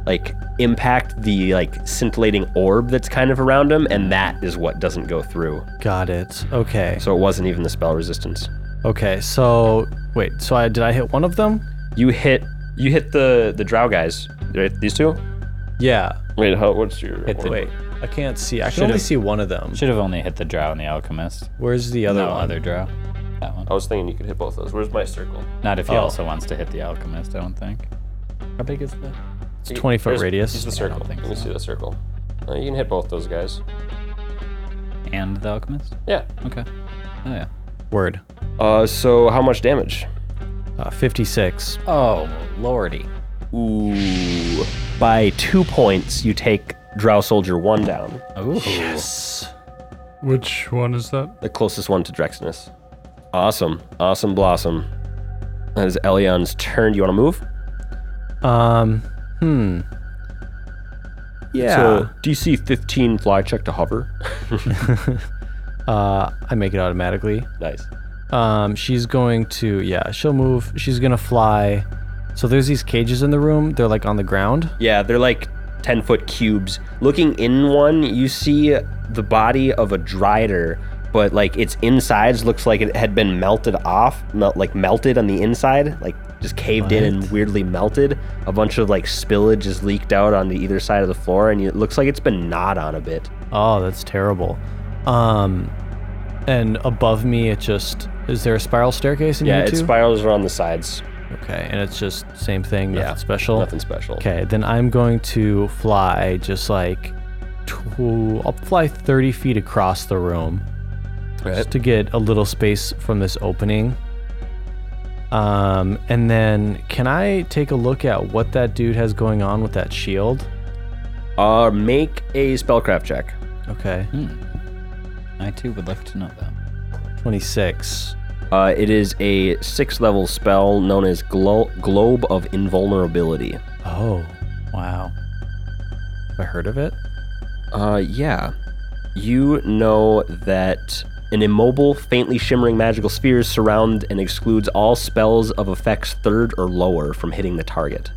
A: like impact the like scintillating orb that's kind of around him, and that is what doesn't go through.
D: Got it. Okay.
A: So it wasn't even the spell resistance.
D: Okay. So wait. So I did I hit one of them?
A: You hit you hit the the drow guys. Right? These two.
D: Yeah.
A: Wait, how, what's your
C: Hit the-
D: Wait. I can't see. I can
C: Should've-
D: only see one of them.
C: Should have only hit the drow and the alchemist.
D: Where's the other
C: no
D: one?
C: other drow. That one.
A: I was thinking you could hit both those. Where's my circle?
C: Not if he
D: Oh.
C: also wants to hit the alchemist. I don't think. How big is the?
A: It's
D: 20 foot radius.
A: Use the
C: I don't
A: circle.
C: think
A: Let me
C: so.
A: see the circle. Uh, you can hit both those guys.
C: And the alchemist.
A: Yeah.
C: Okay. Oh yeah.
D: Word.
A: Uh, so how much damage?
D: Uh, 56.
C: Oh lordy.
A: Ooh. By two points, you take Drow Soldier 1 down.
C: Ooh.
B: Which one is that?
A: The closest one to Drexinus. Awesome. Awesome Blossom. That is Elion's turn. Do you want to move?
D: Um. Hmm. Yeah.
A: So DC 15 fly check to hover.
D: uh, I make it automatically.
A: nice.
D: Um, she's going to yeah. She'll move. She's gonna fly. So there's these cages in the room. They're like on the ground.
A: Yeah, they're like 10 foot cubes. Looking in one, you see the body of a drider, but like its insides looks like it had been melted off, melt, like melted on the inside, like just caved in and weirdly melted. A bunch of like spillage is leaked out onto either side of the floor, and it looks like it's been gnawed on a bit.
D: Oh, that's terrible. Um, and above me, it just is there a spiral staircase in
A: Yeah,
D: here
A: it
D: too?
A: spirals around the sides.
D: okay, and it's just same thing, nothing
A: Yeah,
D: special.
A: Nothing special.
D: Okay, then I'm going to fly just like tw- I'll fly 30 feet across the room just to get a little space from this opening. Um, and then can I take a look at what that dude has going on with that shield?
A: Uh, make a spellcraft check.
D: Okay,
A: Hmm.
C: I too would like to know that.
D: 26.
A: Uh, it is a sixth level spell known as Glo- Globe of Invulnerability.
D: Oh,
C: Wow.
D: have I heard of it?
A: Uh, yeah. You know that an immobile, faintly shimmering magical sphere surround and excludes all spells of effects third or lower from hitting the target.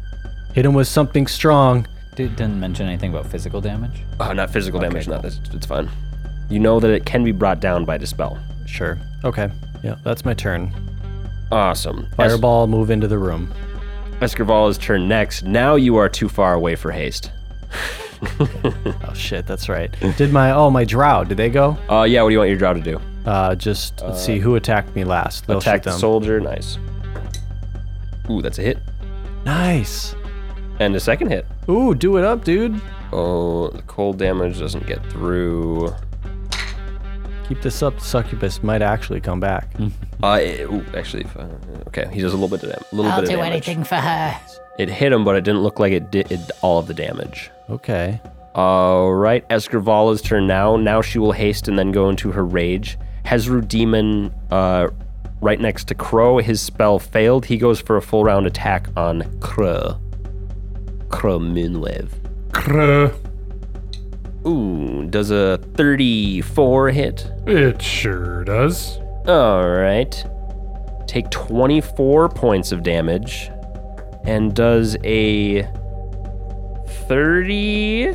D: Hit him with something strong.
C: Dude didn't mention anything about physical damage.
A: Oh, not physical damage. No, that's it's fine. You know that it can be brought down by dispel.
D: Sure. Okay. Yeah, that's my turn.
A: Awesome. Es-
D: Fireball, move into the room.
A: Escarvala's turn next. Now you are too far away for haste.
D: Oh shit, that's right. Did my oh my drow? Did they go?
A: Uh, yeah. What do you want your drow to do?
D: Uh, just let's see who attacked me last. They'll
A: Attack
D: shoot
A: the
D: them.
A: soldier. Nice. Ooh, that's a hit
D: Nice.
A: and a second hit.
D: Ooh, do it up, dude.
A: Oh, the cold damage doesn't get through.
D: Keep this up. Succubus might actually come back.
A: Uh, it- ooh, actually, if, uh, okay, he does a little bit of dam- little
E: I'll
A: bit of
E: do
A: damage.
E: anything for her.
A: It hit him, but it didn't look like it did all of the damage.
D: Okay.
A: All right, Escarvala's turn now. Now she will haste and then go into her rage. Hezru Demon uh, right next to Crow. His spell failed. He goes for a full round attack on Crow. Crow Moonwave.
B: Cruh.
A: Ooh, does a 34 hit?
B: It sure does.
A: All right. Take 24 points of damage and does a 30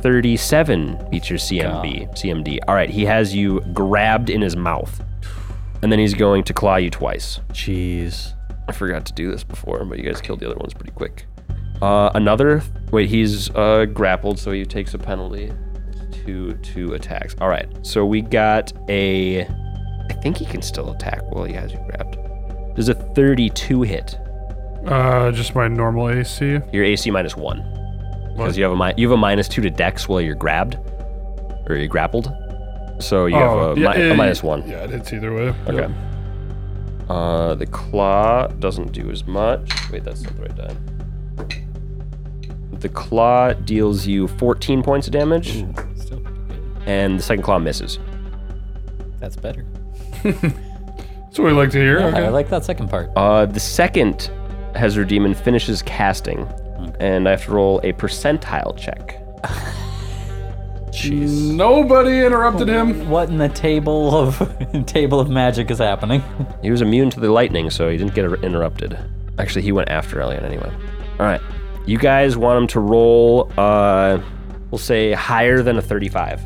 A: 37 beats your CMB, CMD. All right, he has you grabbed in his mouth. And then he's going to claw you twice.
D: Jeez.
A: I forgot to do this before, but you guys killed the other ones pretty quick. Uh, another. Wait, he's uh, grappled, so he takes a penalty. Two two attacks. All right. So we got a. I think he can still attack while he has you grabbed. There's a 32 hit.
B: Uh, just my normal AC.
A: Your AC minus one. Because you have a mi- you have a minus two to Dex while you're grabbed, or you're grappled. So you have a,
B: yeah,
A: mi- a
B: eh,
A: minus one.
B: Yeah, it hits either way.
A: Okay.
B: Yep.
A: Uh, the claw doesn't do as much. Wait, that's not the right die. The claw deals you 14 points of damage,
C: Still pretty good.
A: and the second claw misses.
C: That's better.
B: That's what we like to hear. okay.
C: I like that second part.
A: Uh, the second Hazard Demon finishes casting, and I have to roll a percentile check.
D: Jeez.
B: Nobody interrupted him.
C: What in the table of table of magic is happening?
A: He was immune to the lightning, so he didn't get er- interrupted. Actually, he went after Elliot anyway. All right. You guys want him to roll, uh, we'll say higher than a 35.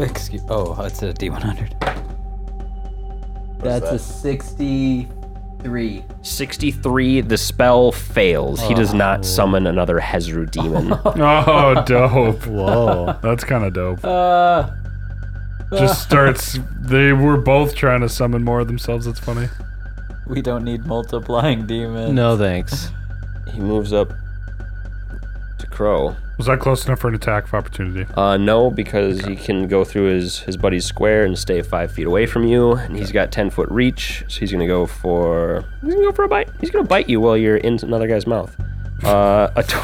C: Excuse. Oh, it's a D one hundred. That's a sixty-three.
A: 63, the spell fails. He does not summon another Hezru demon.
B: Oh, dope.
D: Whoa.
B: That's kind of dope.
C: Uh,
B: Just starts. They were both trying to summon more of themselves. That's funny.
C: we don't need multiplying demons.
D: no thanks.
A: he moves up to Crow.
B: Was that close enough for an attack of opportunity?
A: Uh, no, because he can go through his, his buddy's square and stay five feet away from you, and he's got 10 foot reach, so he's going to go for. He's going to go for a bite. He's going to bite you while you're in another guy's mouth. Uh, a, tw-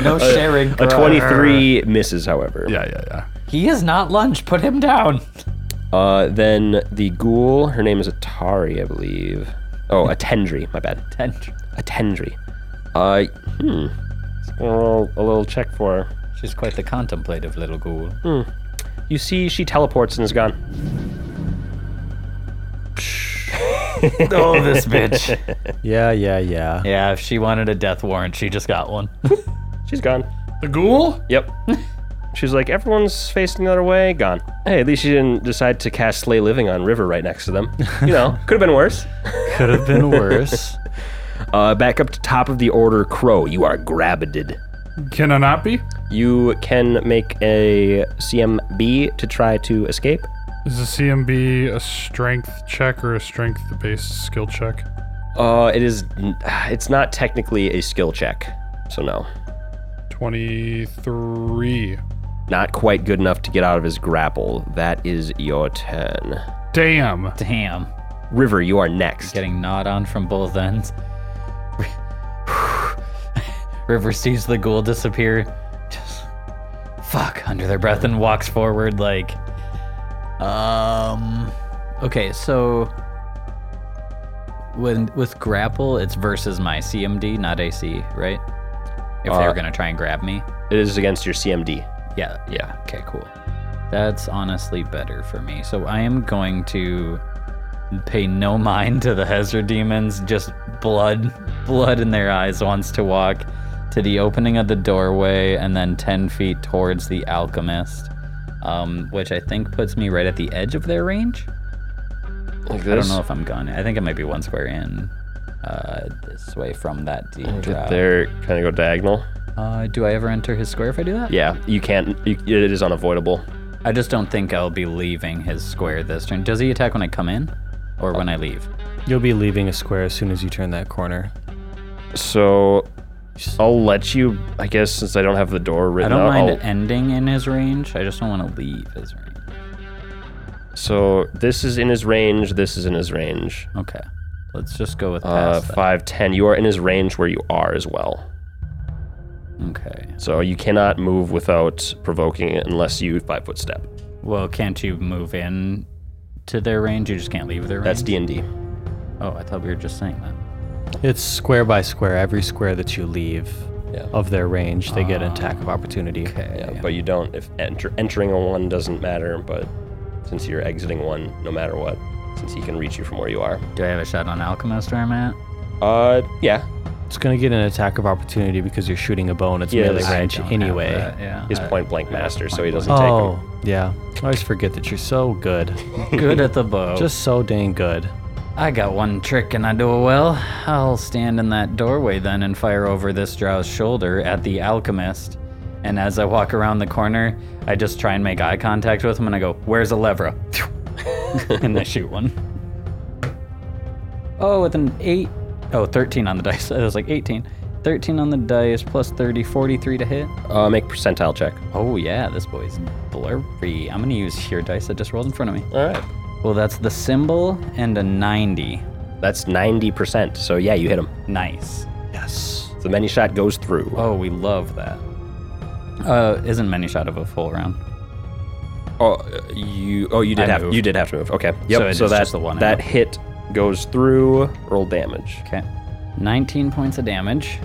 C: No sharing.
A: a
C: grudge.
A: 23 misses, however.
B: Yeah, yeah, yeah.
C: He is not lunch. Put him down.
A: Uh, then the ghoul, her name is Atari, I believe. Oh, a Tendri, my bad.
C: Ten.
A: a Tendri. Uh, hmm. Just gonna roll a little check for her.
C: She's quite the contemplative little ghoul.
A: You see, she teleports and is gone.
C: oh, this bitch.
D: Yeah, yeah, yeah.
C: Yeah, if she wanted a death warrant, she just got one.
A: She's gone.
B: The ghoul?
A: Yep. She's like, everyone's facing the other way, gone. Hey, at least she didn't decide to cast Slay Living on River right next to them. You know, could have been worse.
D: Could have been worse.
A: Uh, back up to top of the order, Crow. You are grabbed.
B: Can I not be?
A: You can make a CMB to try to escape.
B: Is a CMB a strength check or a strength based skill check?
A: Uh, it is. It's not technically a skill check, so no.
B: 23.
A: Not quite good enough to get out of his grapple. That is your turn.
B: Damn.
C: Damn.
A: River, you are next.
C: Getting gnawed on from both ends. River sees the ghoul disappear. Just fuck under their breath and walks forward like um okay, so when with grapple it's versus my CMD, not AC, right? If they
A: Uh,
C: were going to try and grab me.
A: It is against your CMD.
C: Yeah,
A: Yeah.
C: Okay, cool. That's honestly better for me. So I am going to pay no mind to the Hezra demons. Just blood, blood in their eyes wants to walk to the opening of the doorway and then 10 feet towards the alchemist, um, which I think puts me right at the edge of their range.
A: Like
C: I don't know if I'm gone. I think it might be one square in uh, this way from that deep drop.
A: They're kind of go diagonal.
C: Uh, do I ever enter his square if I do that?
A: Yeah, you can't. You, it is unavoidable.
C: I just don't think I'll be leaving his square this turn. Does he attack when I come in or when I leave?
D: You'll be leaving a square as soon as you turn that corner.
A: So I'll let you. I guess since I don't have the door
C: I
A: written
C: don't
A: out.
C: mind
A: I'll-
C: ending in his range. I just don't want to leave his range.
A: so this is in his range. This is in his range.
C: Okay. Let's just go with
A: Uh,
C: past that.
A: five ten. You are in his range where you are as well.
C: Okay.
A: So you cannot move without provoking it unless you five foot step.
C: Well, can't you move in to their range? You just can't leave their
A: That's
C: range?
A: D and D.
C: Oh, I thought we were just saying that.
D: It's square by square. Every square that you leave
A: Yeah.
D: of their range, they get an attack of opportunity.
A: Yeah, but you don't. If enter, entering a one doesn't matter, but since you're exiting one, no matter what, since he can reach you from where you are.
C: Do I have a shot on Alchemist where I'm at?
A: Uh, yeah,
D: It's going to get an attack of opportunity because you're shooting a bow and it's
A: Yeah,
D: melee
A: I
D: range
C: Don't have
D: anyway.
C: that, yeah.
A: he's
C: I-
A: Uh, point blank master, so he doesn't
D: Oh, yeah. I always forget that you're so good.
C: Good at the bow. Just
D: Just so dang good.
C: I got one trick and I do it well. I'll stand in that doorway then and fire over this drow's shoulder at the alchemist. And as I walk around the corner, I just try and make eye contact with him and I go, Where's a levra? and I shoot one. Oh, with an 8. Oh, 13 on the dice. It was like 18. 13 on the dice, plus 30, 43 to hit.
A: take. Him. Uh, make percentile check.
C: Oh, yeah, this boy's blurry. I'm going to use here dice that just rolled in front of me.
A: All right,
C: Well, that's the symbol and a 90.
A: that's ninety percent. So yeah, you hit him.
C: Nice.
D: Yes.
A: The many shot goes through.
C: Oh, we love that. Uh, isn't many shot of a full round?
A: Oh, uh, you. Oh, you did
C: I
A: have.
C: moved.
A: You did have to move. Okay. Yep.
C: So
A: So,
C: it is
A: that's
C: just the one
A: That
C: arrow.
A: hit goes through. Roll damage.
C: Okay. 19 points of damage,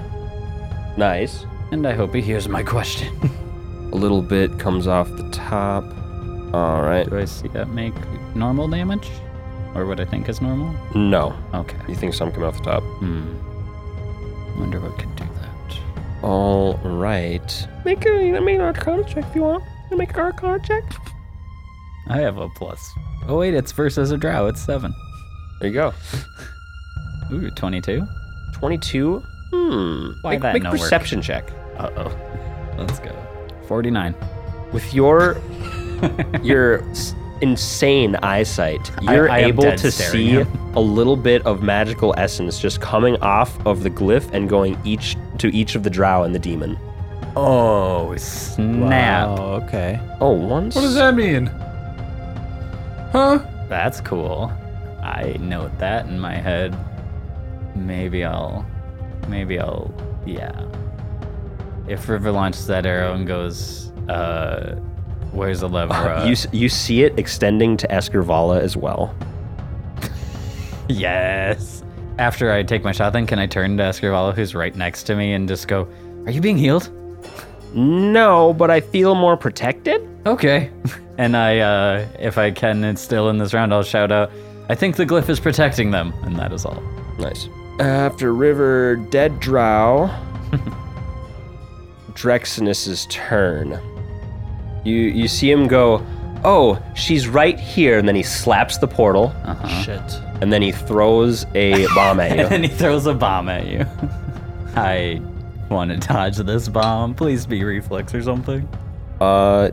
A: Nice.
C: and I hope he hears my question.
A: A little bit comes off the top. All right.
C: Do I see that make normal damage? Or what I think is normal?
A: No.
C: Okay.
A: You think some come off the top?
C: Hmm. Wonder what could do that.
A: All right. Make a make an arcana check if you want. You make an arcana check.
C: I have a plus. Oh, wait, it's versus a drow. It's 7.
A: There you go.
C: Ooh, 22?
A: Twenty-two. Hmm.
C: Why
A: make
C: that
A: make
C: no work?
A: perception check.
C: Uh oh. Let's go. 49.
A: With your your s- insane eyesight,
C: I-
A: you're
C: I am
A: able
C: dead
A: to
C: staring
A: see
C: at
A: a little bit of magical essence just coming off of the glyph and going each to each of the drow and the demon.
C: Oh, snap.
D: Wow, okay.
A: Oh, one.
B: What does that mean? Huh?
C: That's cool. I note that in my head. Maybe I'll. Maybe I'll. Yeah. If River launches that arrow and goes, uh, where's the lever?
A: You s- you see it extending to Eskervala as well.
C: yes. After I take my shot, then can I turn to Escarvalo, who's right next to me, and just go, Are you being healed?
A: No, but I feel more protected.
C: Okay. and I, uh, if I can, it's still in this round, I'll shout out, I think the glyph is protecting them. And that is all.
A: Nice. After River Dead Drow, Drexinus's turn. You you see him go, "Oh, she's right here," and then he slaps the portal,
D: Uh-huh. Shit.
A: and then he throws a bomb at you.
C: and he throws a bomb at you. I want to dodge this bomb. Please be reflex or something.
A: Uh,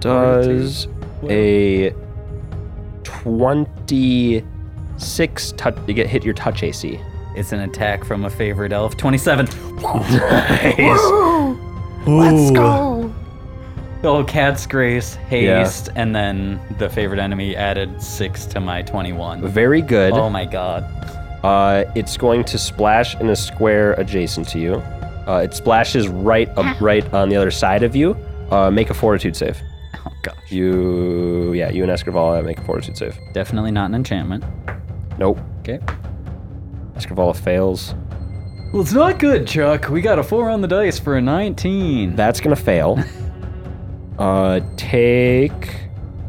A: does a twenty-six touch? You get hit your touch AC.
C: It's an attack from a favorite elf. 27.
A: Nice.
D: Let's go.
C: Oh, Cat's Grace, Haste, and then the favorite enemy added 6 to my 21.
A: Very good.
C: Oh my god.
A: Uh, it's going to splash in a square adjacent to you. Uh, it splashes right up, right on the other side of you. Uh, make a fortitude save.
C: Oh gosh.
A: You, yeah, you and Escrivala make a fortitude save.
C: Definitely not an enchantment.
A: Nope.
C: Okay.
A: Escrivala fails.
C: Well, it's not good, Chuck. We got a 4 on the dice for a 19.
A: That's gonna fail. uh, take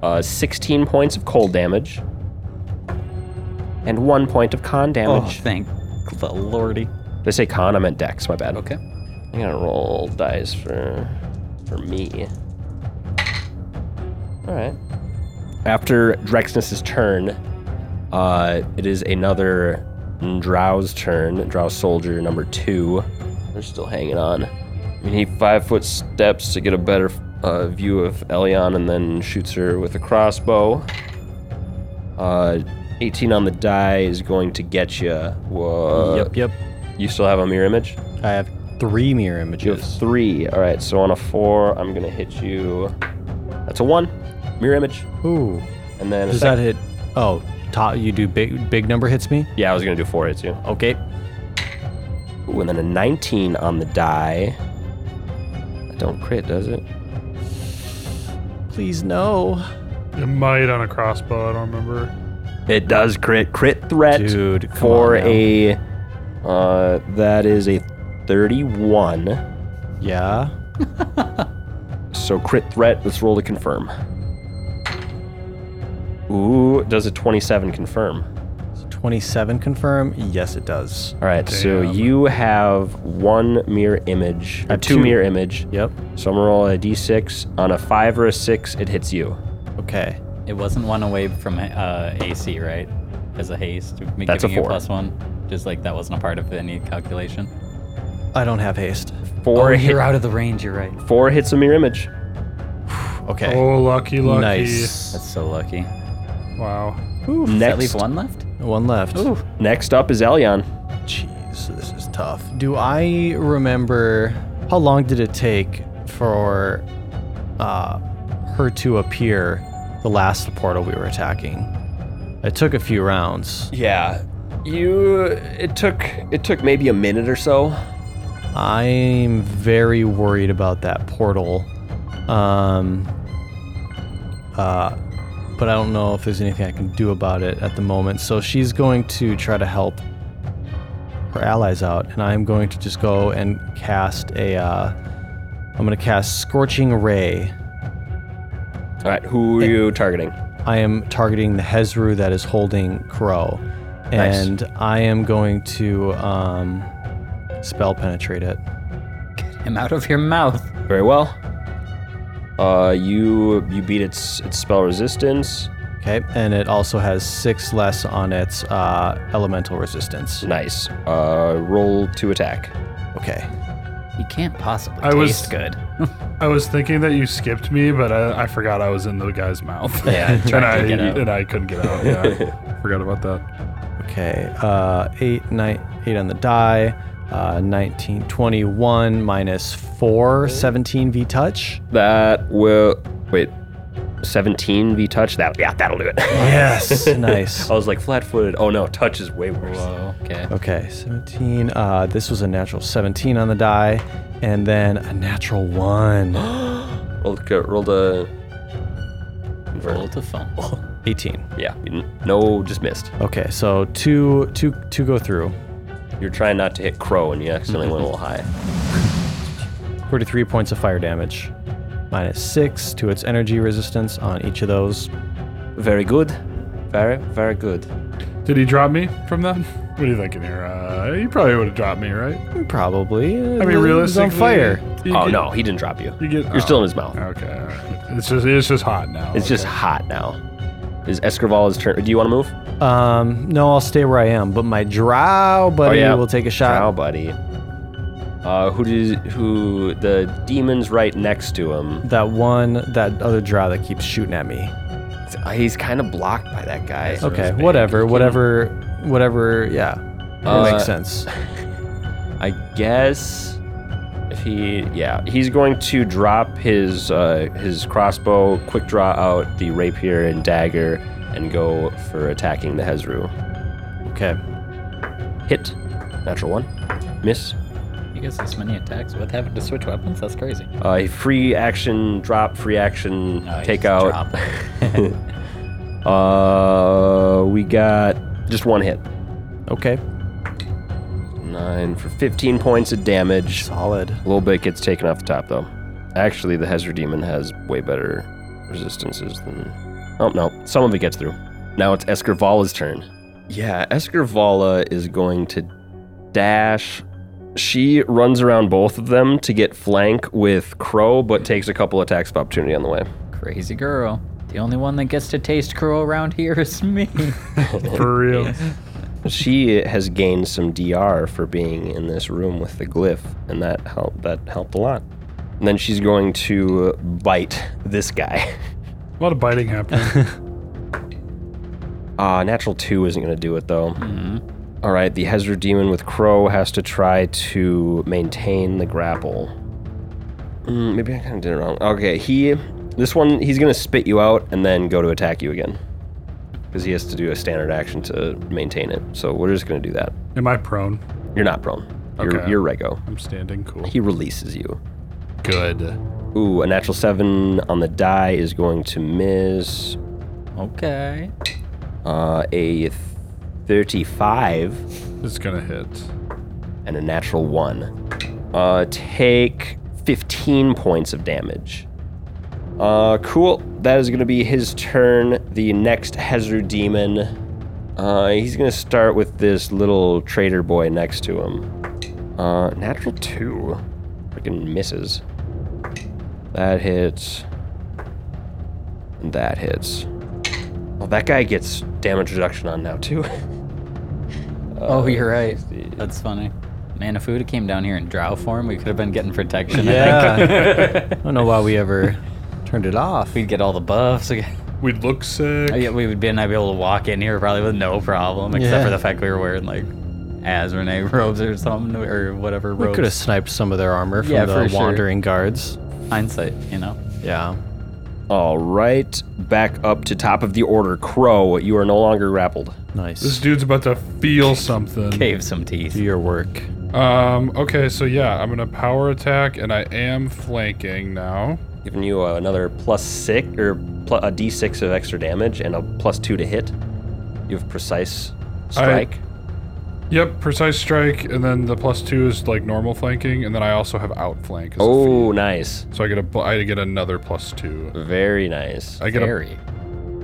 A: uh, 16 points of cold damage and one point of con
C: oh,
A: damage.
C: thank the lordy.
A: Did I say con? I meant dex. My bad.
C: Okay.
A: I'm gonna roll dice for for me. All right. After Drexnus's turn, uh, it is another Drow's turn. Drow soldier number two. They're still hanging on. I mean, he five foot steps to get a better uh, view of Elion, and then shoots her with a crossbow. Uh, 18 on the die is going to get you. Uh,
D: Yep, yep.
A: You still have a mirror image?
D: I have three mirror
A: You have
D: images.
A: three. All right, so on a four, I'm gonna hit you. That's a one. Mirror image,
D: Ooh.
A: and then a
D: Does
A: sec-
D: that hit? Oh, top, you do big big number hits me?
A: yeah, I was gonna do four hits you.
D: Okay.
A: Ooh, and then a 19 on the die. That don't crit, does it?
D: Please no.
B: It might on a crossbow. I don't remember.
A: It does crit crit threat
D: Dude, come
A: for
D: on now.
A: a uh, that is a 31.
D: Yeah.
A: So crit threat. Let's roll to confirm. Ooh, does a 27 confirm?
D: 27 confirm? Yes, it does.
A: All right, so
B: Damn.
A: you have one mirror image, or two,
D: two.
A: mirror image.
D: Yep.
A: So I'm gonna roll a d6. On a five or a six, it hits you.
D: Okay.
C: It wasn't one away from uh, AC, right? As a haste, me
A: That's a
C: giving you
A: four.
C: plus one. Just like that wasn't a part of any calculation.
D: I don't have haste.
A: Four
C: oh,
A: hit,
C: you're out of the range. You're right.
A: four hits a mirror image.
D: Okay.
B: Oh, lucky, lucky.
C: That's
D: nice.
C: so lucky.
B: Wow.
C: Does that leave
A: Next,
C: one left?
D: One left.
C: Ooh.
A: next up is Elyon.
D: Jeez, this is tough. Do I remember how long did it take for uh, her to appear the last portal we were attacking? It took a few rounds.
A: Yeah, you. It took it took maybe a minute or so.
D: I'm very worried about that portal. Um, uh, but I don't know if there's anything I can do about it at the moment. So she's going to try to help her allies out, and I'm going to just go and cast a. Uh, I'm going to cast Scorching Ray.
A: All right, who are you targeting?
D: I am targeting the Hezru that is holding Crow,
A: Nice.
D: and I am going to um, spell penetrate it.
C: I'm out of your mouth.
A: Very well. Uh, you you beat its its spell resistance.
D: Okay, and it also has six less on its uh, elemental resistance.
A: Nice. Uh, roll to attack.
D: Okay.
C: You can't possibly
B: I
C: taste
B: was-
C: good.
B: I was thinking that you skipped me, but I, I forgot I was in the guy's mouth.
A: Yeah, I
B: and, I,
C: get out.
B: and I couldn't get out. Yeah, I forgot about that.
D: Okay. Uh, eight, nine, eight on the die. Uh, 19, 21 minus 4, 17 V touch.
A: That will wait. 17 v touch. That yeah, that'll do it.
D: Yes. nice.
A: I was like flat footed. Oh no, touch is way worse.
C: Whoa. Okay.
D: Okay, 17. Uh, this was a natural 17 on the die, and then a natural 1.
A: Rolled rolled a. Convert.
C: Roll to phone.
D: 18.
A: Yeah. No, just missed.
D: Okay, so two, two, two go through.
A: You're trying not to hit crow, and you accidentally went a little high.
D: 43 points of fire damage, minus 6 to its energy resistance on each of those.
A: Very good. Very, very good.
B: Did he drop me from that? What are you thinking here? Uh, he probably would have dropped me, right?
D: Probably.
B: I mean, realistically,
D: on fire.
B: you
A: Oh
B: get-
A: no, he didn't drop you.
B: you get. Oh,
A: You're still in his mouth.
B: Okay, all right. it's just it's just hot now.
A: It's just hot now. Is Escrivala's turn? Do you want to move?
D: Um, no, I'll stay where I am, but my drow buddy
A: yeah.
D: will take a
A: Wow,
D: shot.
A: buddy. Uh, who does who? The demon's right next to him.
D: That one, that other drow that keeps shooting at me.
A: Uh, He's kind of blocked by that guy.
D: Okay, whatever, whatever, whatever. Yeah, it
A: Uh,
D: makes sense.
A: I guess if he, yeah, he's going to drop his uh, his crossbow, quick draw out the rapier and dagger, and go for attacking the Hezru.
D: Okay,
A: Hit, natural one, miss.
C: You guys this many attacks with having to switch weapons? That's crazy.
A: Uh, a free action drop, free action
C: Nice
A: take out.
C: drop.
A: Uh, we got just one hit.
D: okay,
A: Nine for 15 points of damage.
D: solid.
A: A little bit gets taken off the top though. Actually, the Hezra Demon has way better resistances than. Oh no, some of it gets through. Now it's Escarvala's turn. Yeah, Escarvala is going to dash. She runs around both of them to get flank with Crow, but takes a couple attacks of opportunity on the way.
C: crazy girl. The only one that gets to taste crow around here is me.
B: for real.
A: She has gained some DR for being in this room with the glyph, and that helped. That helped a lot. And then she's going to bite this guy.
B: A lot of biting happening.
A: Uh, natural 2 isn't going to do it, though. All right, the Hezra Demon with Crow has to try to maintain the grapple. Mm, maybe I kind of did it wrong. Okay, he. This one, he's going to spit you out and then go to attack you again. Because he has to do a standard action to maintain it. So we're just going to do that.
B: Am I prone?
A: You're not prone. You're,
B: Okay.
A: you're Rego.
B: I'm standing. Cool.
A: He releases you.
B: Good.
A: Ooh, a natural 7 on the die is going to miss.
C: okay.
A: uh, a 35
B: It's gonna hit.
A: and a natural one. Uh, take 15 points of damage. Uh, cool. That is going to be his turn. The next Hezru demon. Uh, he's going to start with this little trader boy next to him. Uh, natural two. Freaking misses. That hits. And that hits. Well, that guy gets damage reduction on now, too.
C: oh, you're right. That's funny. Man, if we would have came down here in drow form, we could have been getting protection. I think.
D: Yeah. I don't know why we ever turned it off.
C: We'd get all the buffs. again.
B: We'd look sick.
C: Oh, Yeah, we would be not able to walk in here probably with no problem, except
D: Yeah.
C: for the fact we were wearing like Azranay robes or something or whatever
D: We
C: robes.
D: could have sniped some of their armor from
C: Yeah,
D: the
C: for sure.
D: wandering guards.
C: hindsight, you know.
D: Yeah.
A: All right, back up to top of the order. Crow, you are no longer grappled.
D: Nice.
B: This dude's about to feel something.
C: Cave some teeth.
D: Do your work.
B: Um. Okay. So yeah, I'm gonna power attack, and I am flanking now.
A: Giving you uh, another plus six or pl- a d6 of extra damage and a plus two to hit. You have precise strike.
B: Yep. Precise strike, and then the plus two is like normal flanking, and then I also have outflank. as a
A: oh,
B: feat.
A: nice.
B: So I get a. bu- I get another plus two.
A: Very nice.
B: I get a
C: Very.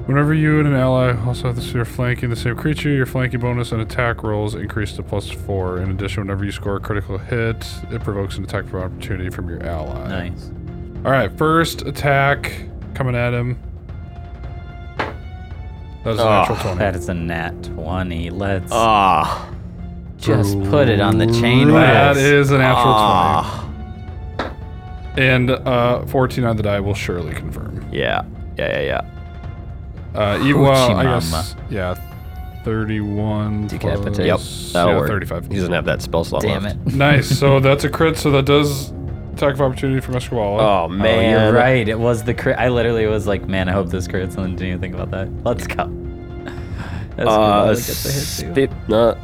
B: Whenever you and an ally also have this, you're flanking the same creature, your flanking bonus and attack rolls increase to plus four. In addition, whenever you score a critical hit, it provokes an attack of opportunity from your ally.
C: Nice.
B: All right, first attack coming at him. That was a natural
A: Oh,
B: 20.
C: That is a nat 20. Let's
A: Ah,
C: just put it on the chain.
B: That
C: wheels.
B: is a natural
A: Ah.
B: 20. And uh, 14 on the die will surely confirm.
A: yeah, yeah, yeah, yeah.
B: Uh, e- well, I
C: Hoochie
B: guess, yeah, 31
C: Decapitate.
A: Yep,
B: plus-
A: that'll
B: yeah,
A: work.
B: 35.
A: He doesn't have that spell slot
C: Damn
A: left.
C: it.
B: nice. So that's a crit. So that does attack of opportunity from Escobola.
A: Oh
C: Oh,
A: man,
C: you're right. It was the crit. I literally was like, man, I hope this crits, and then didn't even think about that. Let's go. That's
A: Uh,
C: cool. Like, it's a hit, too.
A: sti- uh,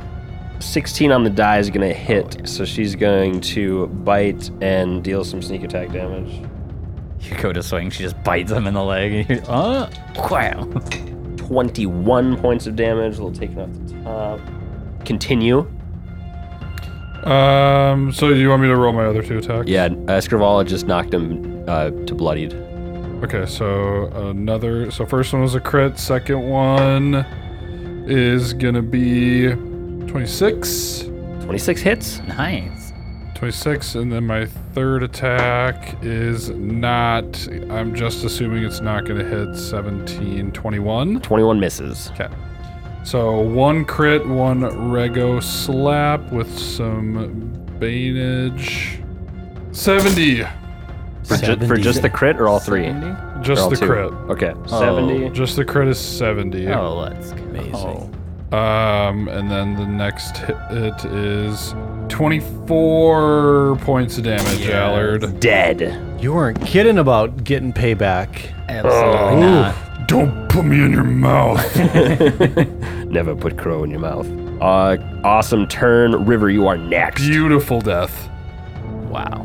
A: 16 on the die is going to hit,
C: Oh,
A: so she's going to bite and deal some sneak attack damage.
C: You go to swing, she just bites him in the leg. And you're, oh, wow.
A: 21 points of damage. A little taken off the top. Continue.
B: Um. So you want me to roll my other two attacks?
A: Yeah, Escrivala just knocked him uh, to bloodied.
B: Okay. So another. So first one was a crit. Second one is gonna be 26.
A: 26 hits.
C: Nice.
B: 26, and then my third attack is not. I'm just assuming it's not gonna hit 17. 21.
A: 21 misses.
B: Okay. So one crit, one rego slap with some baneage. 70.
A: For, ju- for just the crit or all three? Or
B: Just
A: all
B: the
A: two?
B: crit.
A: Okay. 70.
B: Just the crit is 70.
C: Oh, let's go.
B: Um, and then the next hit it is 24 points of damage, Allard.
A: Dead.
D: You weren't kidding about getting payback.
C: Absolutely not.
B: Don't put me in your mouth.
A: Never put crow in your mouth. Uh, awesome turn. River, you are next.
B: Beautiful death.
C: Wow.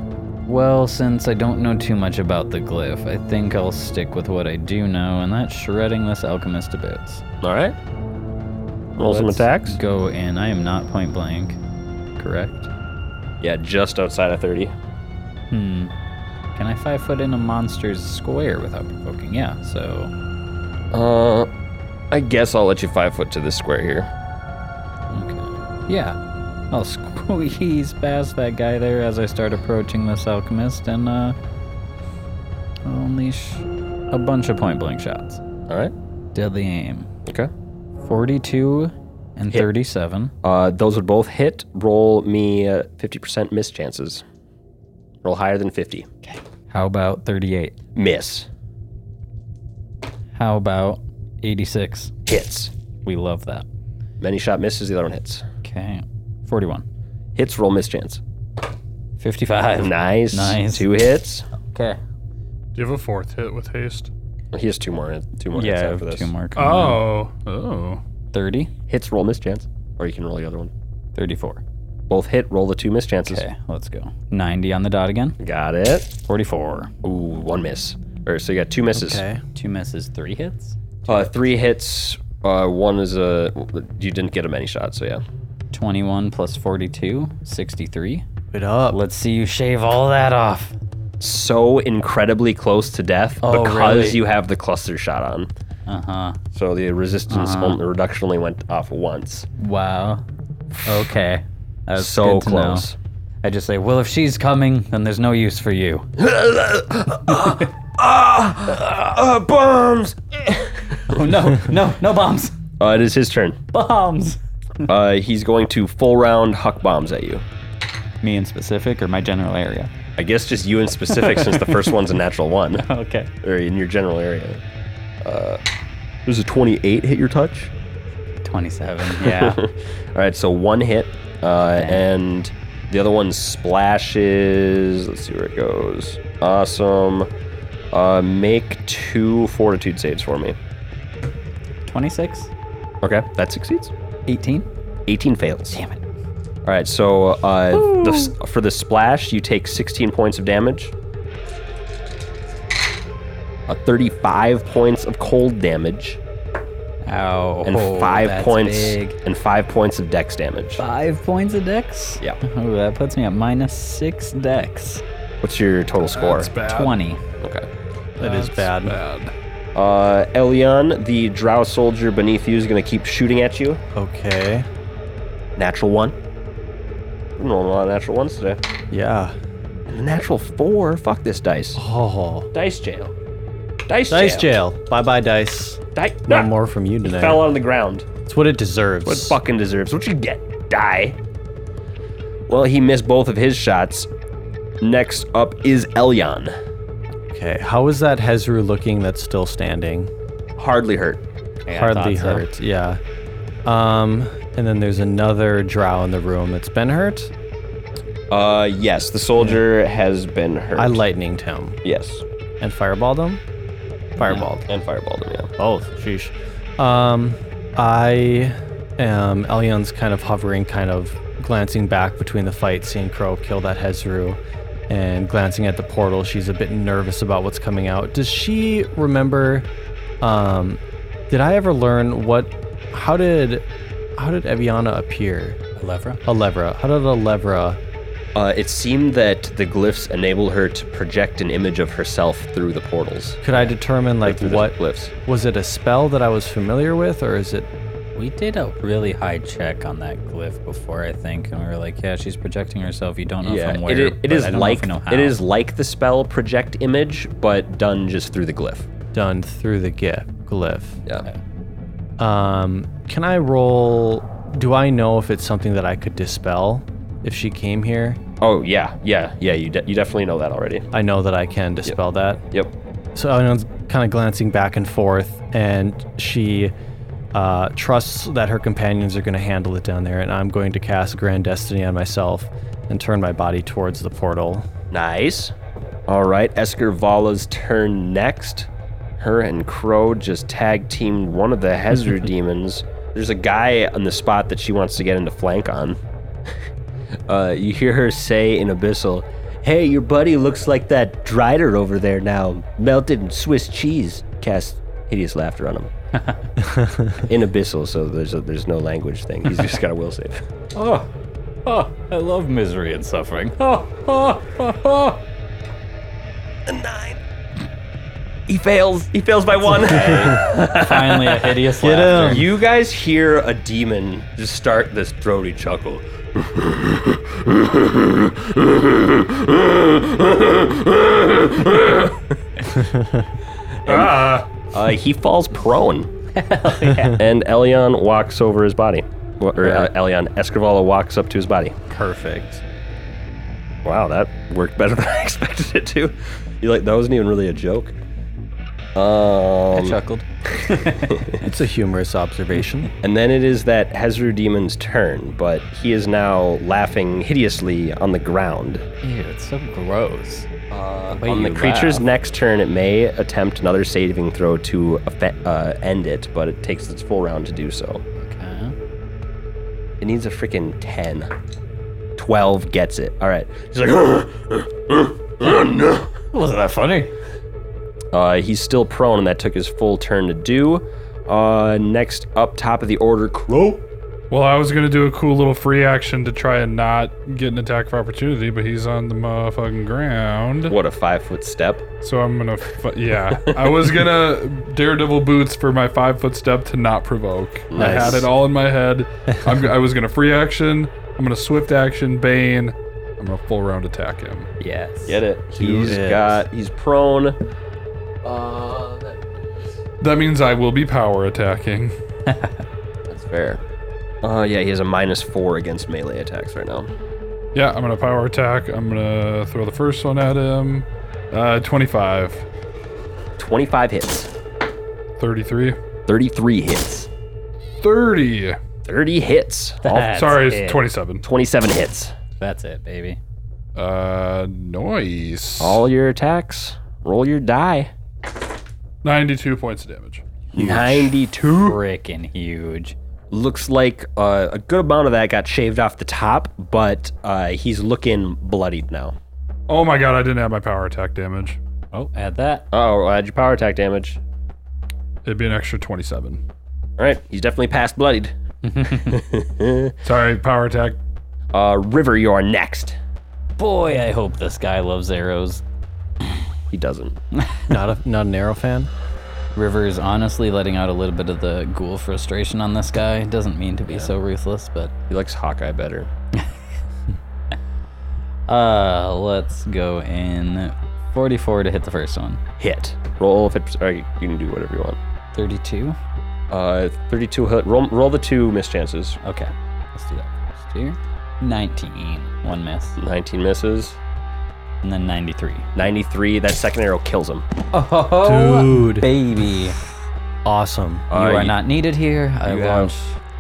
C: Well, since I don't know too much about the glyph, I think I'll stick with what I do know, and that's shredding this alchemist to bits.
A: all right. Roll some
C: Let's
A: attacks.
C: Go in. I am not point blank. Correct.
A: Yeah, just outside of 30.
C: Hmm. Can I five foot in a monster's square without provoking? Yeah, so.
A: Uh, I guess I'll let you five foot to this square here.
C: Okay. Yeah. I'll squeeze past that guy there as I start approaching this alchemist and, uh. I'll unleash a bunch of point blank shots.
A: All right.
C: Deadly aim.
A: Okay.
C: 42 and
A: Hit.
C: 37.
A: Uh, those would both hit. Roll me uh, 50% miss chances. Roll higher than 50.
C: How about 38?
A: Miss.
C: How about 86?
A: Hits.
C: We love that.
A: Many shot misses, the other one hits.
C: Okay. 41.
A: Hits, roll miss chance.
C: 55.
A: Nice.
C: Nice.
A: Two hits.
C: Okay.
B: Do you have a fourth hit with haste?
A: He has two more two more hits
C: Yeah,
A: after this.
C: two more. coming in.
B: Oh. Oh.
C: 30,
A: Hits, roll miss chance. Or you can roll the other one.
C: 34.
A: Both hit, roll the two miss chances.
C: Okay, let's go. 90 on the dot again.
A: Got it.
C: 44.
A: Ooh, one miss. Or so you got two misses.
D: Okay.
C: Two misses, three hits.
A: Uh, three hits, Uh, one is a. You didn't get him any shots, so yeah.
C: 21 plus 42, 63.
D: It up.
C: Let's see you shave all that off.
A: So incredibly close to death
C: Oh,
A: because
C: really?
A: you have the cluster shot on.
C: Uh huh.
A: So the resistance
C: Uh-huh.
A: only reduction only went off once.
C: Wow. Okay. That's
A: so
C: good to know.
A: close.
C: I just say, well, if she's coming, then there's no use for you.
A: Uh, bombs!
C: oh no, no, no bombs,
A: Uh, it is his turn.
C: bombs.
A: Uh, he's going to full round huck bombs at you.
C: Me in specific or my general area?
A: I guess just you in specific, since the first one's a natural one,
C: Okay.
A: or in your general area. Uh, does a 28 hit your touch?
C: 27. Yeah.
A: All right, so one hit, uh, and the other one splashes. Let's see where it goes. Awesome. Uh, make two fortitude saves for me.
C: 26.
A: Okay, that succeeds.
C: 18.
A: 18 fails.
C: Damn it.
A: All right, so uh, the, s- for the splash, you take 16 points of damage. Uh, 35 points of cold damage
C: Ow.
A: and five
C: Oh, that's
A: points
C: big.
A: and five points of dex damage.
C: Five points of dex?
A: Yeah.
C: Oh, that puts me at minus six dex.
A: What's your total score?
B: That's bad.
C: 20.
A: Okay.
D: That is
B: That's
D: bad.
B: bad.
A: Uh, Elion, the drow soldier beneath you is going to keep shooting at you.
D: Okay.
A: Natural one. We're rolling a lot of natural ones today.
D: Yeah.
A: And a natural four. Fuck this dice.
D: Oh.
A: Dice jail. Dice,
D: Dice
A: jail.
D: jail. Bye bye, dice.
A: Dice jail.
D: No more from you tonight.
A: Fell on the ground.
D: It's what it deserves.
A: Ah! What fucking deserves? What you get? Die. Well, he missed both of his shots. Next up is Elion.
D: Okay. How is that Hezru looking that's still standing?
A: Hardly hurt.
D: Hardly
C: thought so.
D: hurt. Yeah. Um, and then there's another drow in the room that's been hurt.
A: Uh, yes, the soldier has been hurt.
D: I lightninged him
A: Yes,
D: and fireballed him. Fireballed.
A: and fireballed him. Yeah.
D: Both. Sheesh. Um, I am. Elion's kind of hovering, kind of glancing back between the fight, seeing Crow kill that Hezru, and glancing at the portal. She's a bit nervous about what's coming out. Does she remember? Um, did I ever learn what? How did? How did Eviana appear?
C: Levra?
D: Alevra. How did Alevra?
A: Uh, it seemed that the glyphs enabled her to project an image of herself through the portals.
D: Could I determine like
A: Through the
D: what?
A: glyphs?
D: Was it a spell that I was familiar with, or is it?
C: We did a really high check on that glyph before, I think, and we were like, "Yeah, she's projecting herself. You don't know
A: Yeah,
C: from
A: it,
C: where."
A: it, it
C: but
A: is
C: I don't know if
A: like
C: we know how.
A: it is like the spell project image, but done just through the glyph.
D: done through the gif, glyph.
A: Yeah.
D: Um, can I roll? Do I know if it's something that I could dispel if she came here?
A: Oh yeah, yeah, yeah. You de- you definitely know that already.
D: I know that I can dispel
A: Yep.
D: that. So Elion's kind of glancing back and forth, and she uh, trusts that her companions are going to handle it down there, and I'm going to cast Grand Destiny on myself and turn my body towards the portal.
A: Nice. All right, Escarvala's turn next. Her and Crow just tag teamed one of the Hezru demons. There's a guy on the spot that she wants to get into flank on. uh, you hear her say in Abyssal, Hey, your buddy looks like that Drider over there now, melted in Swiss cheese. Cast hideous laughter on him. in Abyssal, so there's a, there's no language thing. He's just got a will save.
C: Oh, oh, I love misery and suffering. Oh, oh, oh, oh.
A: A nine. He fails. He fails by one.
C: Finally, a hideous laughter.
A: You guys hear a demon just start this throaty chuckle. Uh, he falls prone. And Elion walks over his body. Or uh, Elion, Escrivala walks up to his body.
D: Perfect.
A: Wow, that worked better than I expected it to. You like that wasn't even really a joke.
C: I
A: Um,
C: chuckled.
D: It's a humorous observation.
A: And then it is that Hezru demon's turn, but he is now laughing hideously on the ground.
C: Ew, it's so gross. Uh,
A: on the creature's next turn, it may attempt another saving throw to affe- uh, end it, but it takes its full round to do so.
C: Okay.
A: It needs a freaking 10. 12 gets it. All right. He's like, "Ugh."
C: Wasn't that funny?
A: uh, he's still prone, and that took his full turn to do. Uh, next up, top of the order, Crow.
B: Well, I was gonna do a cool little free action to try and not get an attack of opportunity, but he's on the motherfucking ground.
A: What a five foot step.
B: So I'm gonna, f- yeah. I was gonna daredevil boots for my five foot step to not provoke. I
D: Nice.
B: had it all in my head. I'm, g- I was gonna free action. I'm gonna swift action bane. I'm gonna full round attack him.
C: Yes.
A: Get it? He's
D: it.
A: got. He's prone.
B: That means I will be power attacking.
A: That's fair. Uh, yeah, he has a minus four against melee attacks right now.
B: Yeah, I'm gonna power attack. I'm gonna throw the first one at him. Uh, 25,
A: 25 hits,
B: 33,
A: 33 hits,
B: 30.
A: 30 hits, all-
C: That's
B: Sorry,
C: it.
B: it's 27.
A: 27 hits.
C: That's it, baby.
B: Uh, noise.
A: All your attacks, roll your die.
B: 92 points of damage.
A: 92.
C: Freaking huge.
A: Looks like uh, a good amount of that got shaved off the top, but uh, he's looking bloodied now.
B: Oh my god, I didn't have my power attack damage.
C: Oh, add that.
A: Oh, add your power attack damage.
B: It'd be an extra 27.
A: All right, he's definitely past bloodied.
B: Sorry, power attack.
A: Uh, River, you are next.
C: Boy, I hope this guy loves arrows.
A: He doesn't.
D: Not a not an arrow fan.
C: River is honestly letting out a little bit of the ghoul frustration on this guy. Doesn't mean to be so ruthless, but
A: He likes Hawkeye better.
C: uh, let's go in 44 to hit the first one.
A: Hit. Roll 50. Or you can do whatever you want.
C: 32.
A: Uh, 32 hit. Roll, roll the two miss chances.
C: Okay, let's do that first here. 19, one miss,
A: 19 misses.
C: and then 93.
A: 93. That second arrow kills him.
C: Oh,
D: Dude.
C: baby, you
D: Awesome.
A: Uh,
C: are
A: you-
C: not needed here. I
A: you have-
C: launch.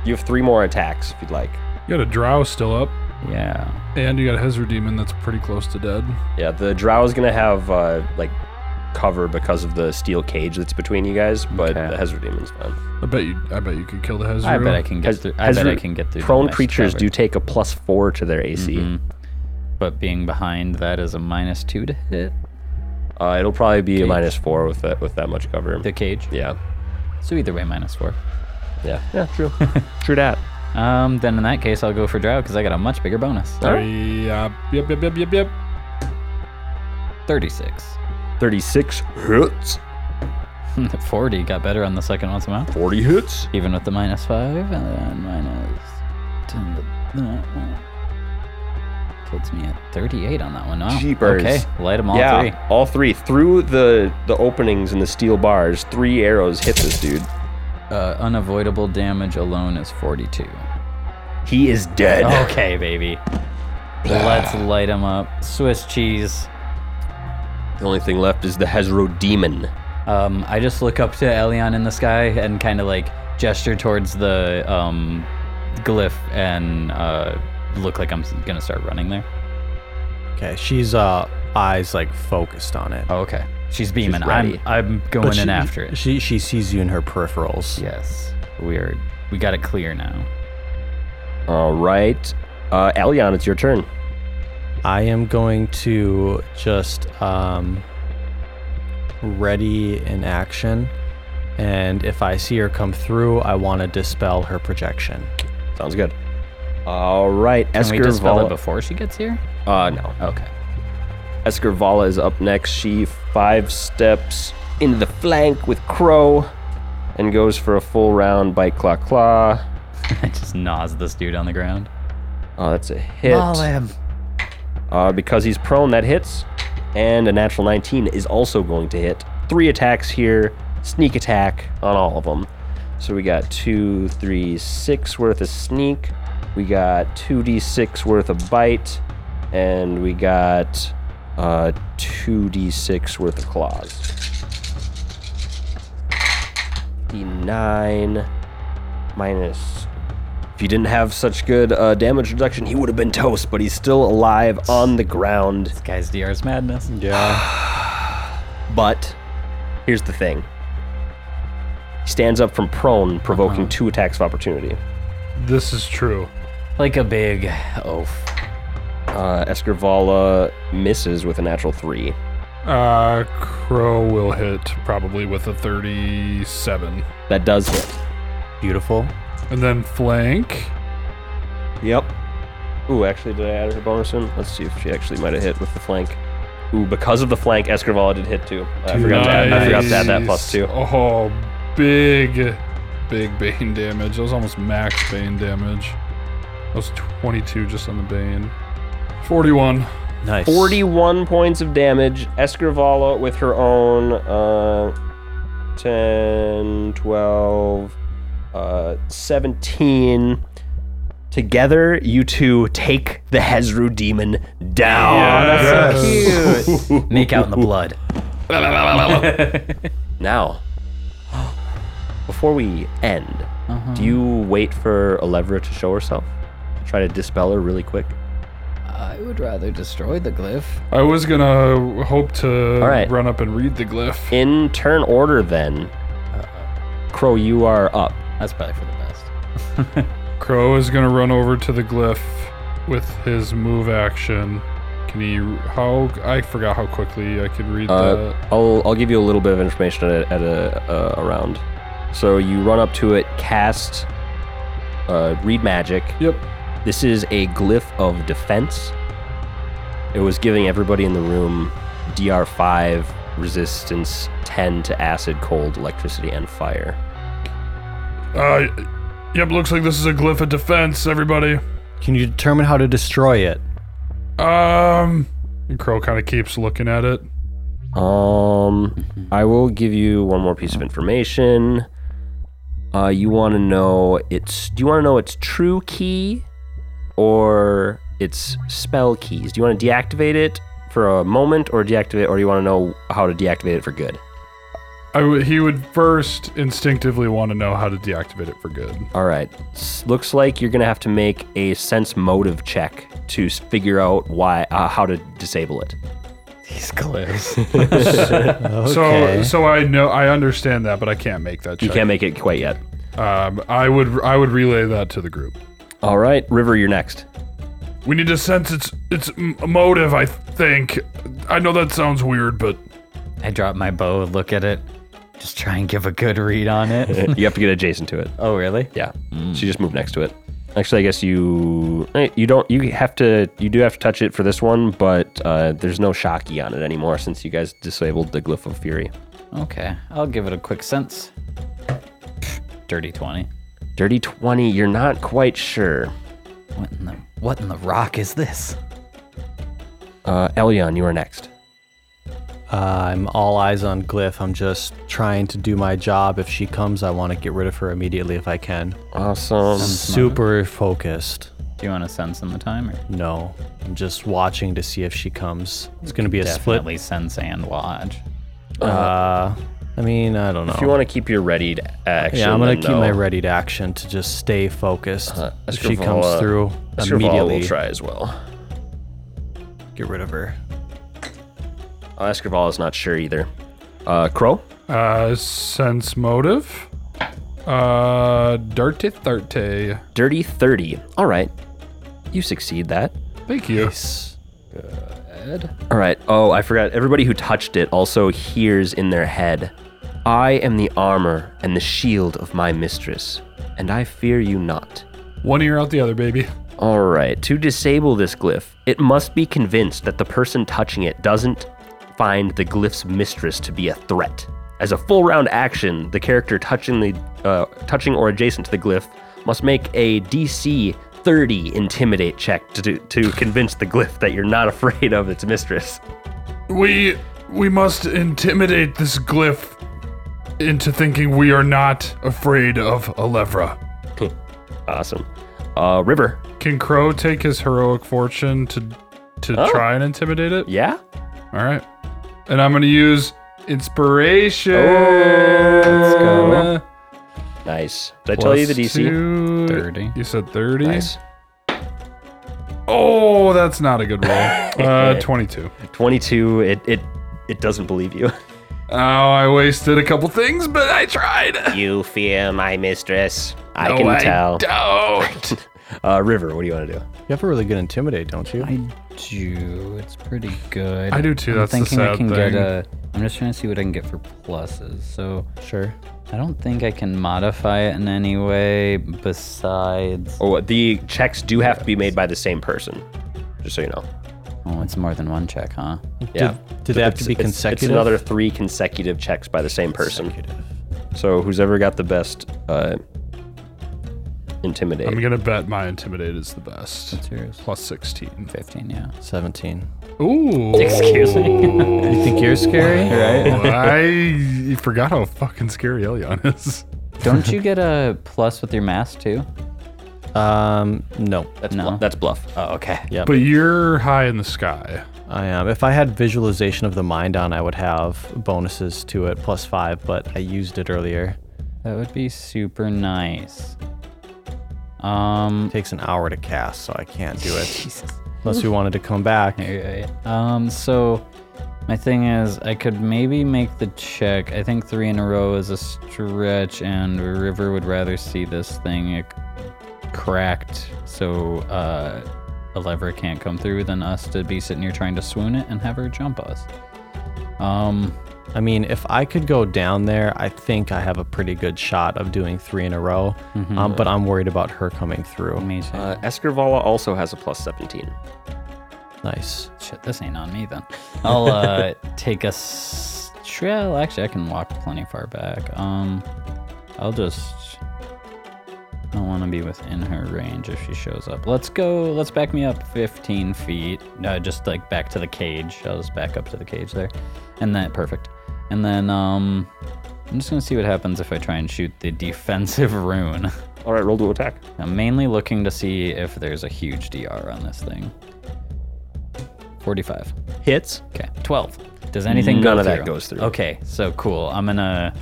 A: You have three more attacks if you'd like.
B: You got a drow still up,
C: Yeah,
B: and you got a Hezra demon that's pretty close to dead.
A: Yeah, the drow is gonna have uh, like cover because of the steel cage that's between you guys, but
C: Okay.
A: the Hezra demon's fine.
B: I bet you. I bet you could kill the Hezra.
C: I bet I can get
A: Hez-
C: through. I bet I
A: Hezra-
C: can get through. the
A: Prone
C: mesh
A: creatures
C: cover. Mm-hmm.
A: do take a plus four to their AC.
C: but being behind that is a minus two to hit
A: Uh, it'll probably be a
C: Cage.
A: minus four with that with that much cover.
C: the cage.
A: Yeah,
C: So either way, minus four.
A: yeah, yeah. True, true that.
C: Um, then in that case, I'll go for Drow because I got a much bigger bonus.
B: Three, uh, yep, yep, yep, yep, yep.
C: 36.
A: Thirty-six hits,
C: 40 got better on the second one somehow.
A: forty hits.
C: Even with the minus five, and then minus 10 to that one. Puts uh, me at 38 on that one. Wow.
A: Jeepers.
C: Okay, light them all
A: yeah,
C: three.
A: all three through the the openings in the steel bars. Three arrows hit this dude.
C: Uh, unavoidable damage alone is 42.
A: He is dead.
C: Okay, baby. Let's light them up. Swiss cheese.
A: The only thing left is the Hezro demon.
C: Um, I just look up to Elion in the sky and kind of like gesture towards the um, glyph and uh, look like I'm s- gonna start running there.
D: Okay, she's uh eyes like focused on it.
C: Oh, okay. She's beaming.
A: ready.
C: I'm, I'm going
D: But
C: in
D: she-
C: after it.
D: She she sees you in her peripherals.
C: yes, we are. We got it clear now.
A: All right. Uh, Elion, it's your turn.
D: I am going to just um, ready in action, and if I see her come through, I want to dispel her projection.
A: Sounds good. All right.
C: Can we just spell it
A: Eskervala.
C: before she gets here?
A: Uh, no.
C: Okay.
A: Eskervala is up next. She five steps into the flank with Crow and goes for a full round bite claw claw.
C: I just gnaws this dude on the ground.
A: Oh, that's a hit.
C: him.
A: Uh, because he's prone, that hits. And a natural 19 is also going to hit. Three attacks here, sneak attack on all of them. So we got two, three, six worth of sneak. We got 2d6 worth of bite. And we got uh, 2d6 worth of claws. D9 minus if he didn't have such good uh, damage reduction, he would have been toast, but he's still alive on the ground.
C: This guy's DR's madness.
D: Yeah.
A: But here's the thing he stands up from prone, provoking two attacks of opportunity.
B: This is true.
C: Like a big oaf.
A: Uh, Escrivala misses with a natural three.
B: Uh, Crow will hit probably with a 37.
A: That does hit.
D: Beautiful.
B: And then flank.
A: Yep. Ooh, actually, did I add her bonus in? Let's see if she actually might have hit with the flank. Ooh, because of the flank, Escrivala did hit too. I forgot, to add, I forgot to add that plus two.
B: Nice. Oh, big, big Bane damage. That was almost max Bane damage. That was 22 just on the Bane. 41.
D: Nice.
A: 41 points of damage. Escrivala with her own uh, 10, 12, uh, 17. Together, you two take the Hezru demon down.
B: Yes.
C: Make out in the blood.
A: Now, before we end, do you wait for Alevra to show herself? Try to dispel her really quick?
C: I would rather destroy the glyph.
B: I was gonna hope to
A: right.
B: run up and read the glyph.
A: In turn order, then, Uh, Crow, you are up.
C: That's probably for the best.
B: Crow is gonna run over to the glyph with his move action. Can he? How? I forgot how quickly I could read
A: Uh, I'll, I'll give you a little bit of information at a, at a, uh, a round. So you run up to it, cast uh, Read Magic.
B: that. Yep.
A: This is a glyph of defense. It was giving everybody in the room DR5 resistance 10 to acid, cold, electricity, and fire.
B: Uh, yep. Looks like this is a glyph of defense. Everybody.
D: Can you determine how to destroy it?
B: Um. And Crow kind of keeps looking at it.
A: Um, I will give you one more piece of information. Uh, you want to know its? Do you want to know its true key, or its spell keys? Do you want to deactivate it for a moment, or deactivate, or do you want to know how to deactivate it for good?
B: I w- he would first instinctively want to know how to deactivate it for good.
A: All right. S- looks like you're gonna have to make a sense motive check to s- figure out why uh, how to disable it.
C: These glyphs.
B: So, so I know I understand that, but I can't make that check.
A: You can't make it quite yet.
B: Um, I would I would relay that to the group.
A: All right, River, you're next.
B: We need to sense its its m- motive. I think. I know that sounds weird, but
C: I drop my bow, look at it, just try and give a good read on it.
A: you have to get adjacent to it.
C: oh, really?
A: Yeah.
D: Mm.
A: She just moved next to it. Actually, I guess you eh, you don't you have to you do have to touch it for this one, but uh, there's no shocky on it anymore since you guys disabled the glyph of fury.
C: Okay, I'll give it a quick sense. Dirty 20.
A: Dirty twenty, you're not quite sure.
C: What in the what in the rock is this?
A: Uh, Elyon, you are next.
D: Uh, I'm all eyes on Glyph. I'm just trying to do my job. If she comes, I want to get rid of her immediately if I can.
A: Awesome.
D: Super focused.
C: Do you want to sense in the timer?
D: No, I'm just watching to see if she comes. It's going to be a
C: Definitely sense and watch.
D: split. Uh, I mean, I don't know.
A: If you want to keep your readied action,
D: yeah, I'm going
A: then
D: to keep my
A: no.
D: readied action to just stay focused.
A: Uh,
D: if she comes
A: Escrivala-
D: through,
A: Escrivala
D: immediately
A: will try as well.
D: get rid of her.
A: Uh, Escrivala is not sure either. Uh, Crow,
B: uh, sense motive. Uh, dirty thirty.
A: dirty thirty. All right, you succeed that.
B: Thank you.
D: Nice.
A: All right. Oh, I forgot. Everybody who touched it also hears in their head I am the armor and the shield of my mistress, and I fear you not.
B: One ear out the other, baby.
A: All right. To disable this glyph, it must be convinced that the person touching it doesn't find the glyph's mistress to be a threat. As a full round action, the character touching the uh, touching or adjacent to the glyph must make a DC 30 intimidate check to, to to convince the glyph that you're not afraid of its mistress.
B: We we must intimidate this glyph into thinking we are not afraid of Alevra.
A: Awesome. Uh, River.
B: Can Crow take his heroic fortune to to
A: Oh.
B: try and intimidate it?
A: Yeah.
B: All right. And I'm going to use inspiration.
A: Nice. Did I tell you the
B: Plus
A: DC?
B: two-
C: 30.
B: You said 30.
A: Nice.
B: Oh, that's not a good roll. uh, 22.
A: 22. It it it doesn't believe you.
B: Oh, I wasted a couple things, but I tried.
A: You fear my mistress. I
B: No,
A: can tell.
B: Don't.
A: Uh, River, what do you want to do?
D: You have a really good intimidate, don't you?
C: I do. It's pretty good.
B: I do too,
C: I'm
B: that's the
C: thinking I
B: sad
C: can get
B: thing.
C: a. I'm just trying to see what I can get for pluses. So
D: Sure.
C: I don't think I can modify it in any way besides.
A: Oh, the checks do have to be made by the same person, just so you know.
C: Oh, it's more than one check, huh?
A: Yeah.
D: did they have to be
A: It's
D: consecutive?
A: another three consecutive checks by the same person. So who's ever got the best uh, intimidate?
B: I'm gonna bet my intimidate is the best.
C: What's yours?
B: Plus 16.
C: 15, yeah.
D: 17.
B: Ooh.
A: Excuse me.
D: You think you're scary? right.
B: I forgot how fucking scary Elyon is.
C: Don't you get a plus with your mask too?
D: Um, no,
A: that's,
C: No.
A: bluff. that's bluff.
C: Oh, okay.
D: Yeah.
B: But you're high in the sky.
D: I am. If I had visualization of the mind on, I would have bonuses to it plus five, but I used it earlier.
C: That would be super nice. Um.
D: It takes an hour to cast, so I can't do it.
C: Jesus.
D: Unless we wanted to come back.
C: Alright. Um, so my thing is, I could maybe make the check. I think three in a row is a stretch, and River would rather see this thing uh, cracked so uh, a lever can't come through than us to be sitting here trying to swoon it and have her jump us. Um,
D: I mean, if I could go down there, I think I have a pretty good shot of doing three in a row. Um, but I'm worried about her coming
C: let
D: through.
C: Mm-hmm. me see.
A: Uh, Escrivala also has a plus 17.
D: Nice.
C: Shit, this ain't on me then. I'll uh, take a s- trail. Actually, I can walk plenty far back. Um, I'll just. I don't want to be within her range if she shows up. Let's go. Let's back me up 15 feet. No, just like back to the cage. I'll just back up to the cage there, and then perfect. And then um, I'm just gonna see what happens if I try and shoot the defensive rune.
A: All right, roll to attack.
C: I'm mainly looking to see if there's a huge DR on this thing. 45.
A: Hits.
C: Okay, 12. Does anything go
A: None of that
C: through?
A: goes through.
C: Okay, so cool. I'm gonna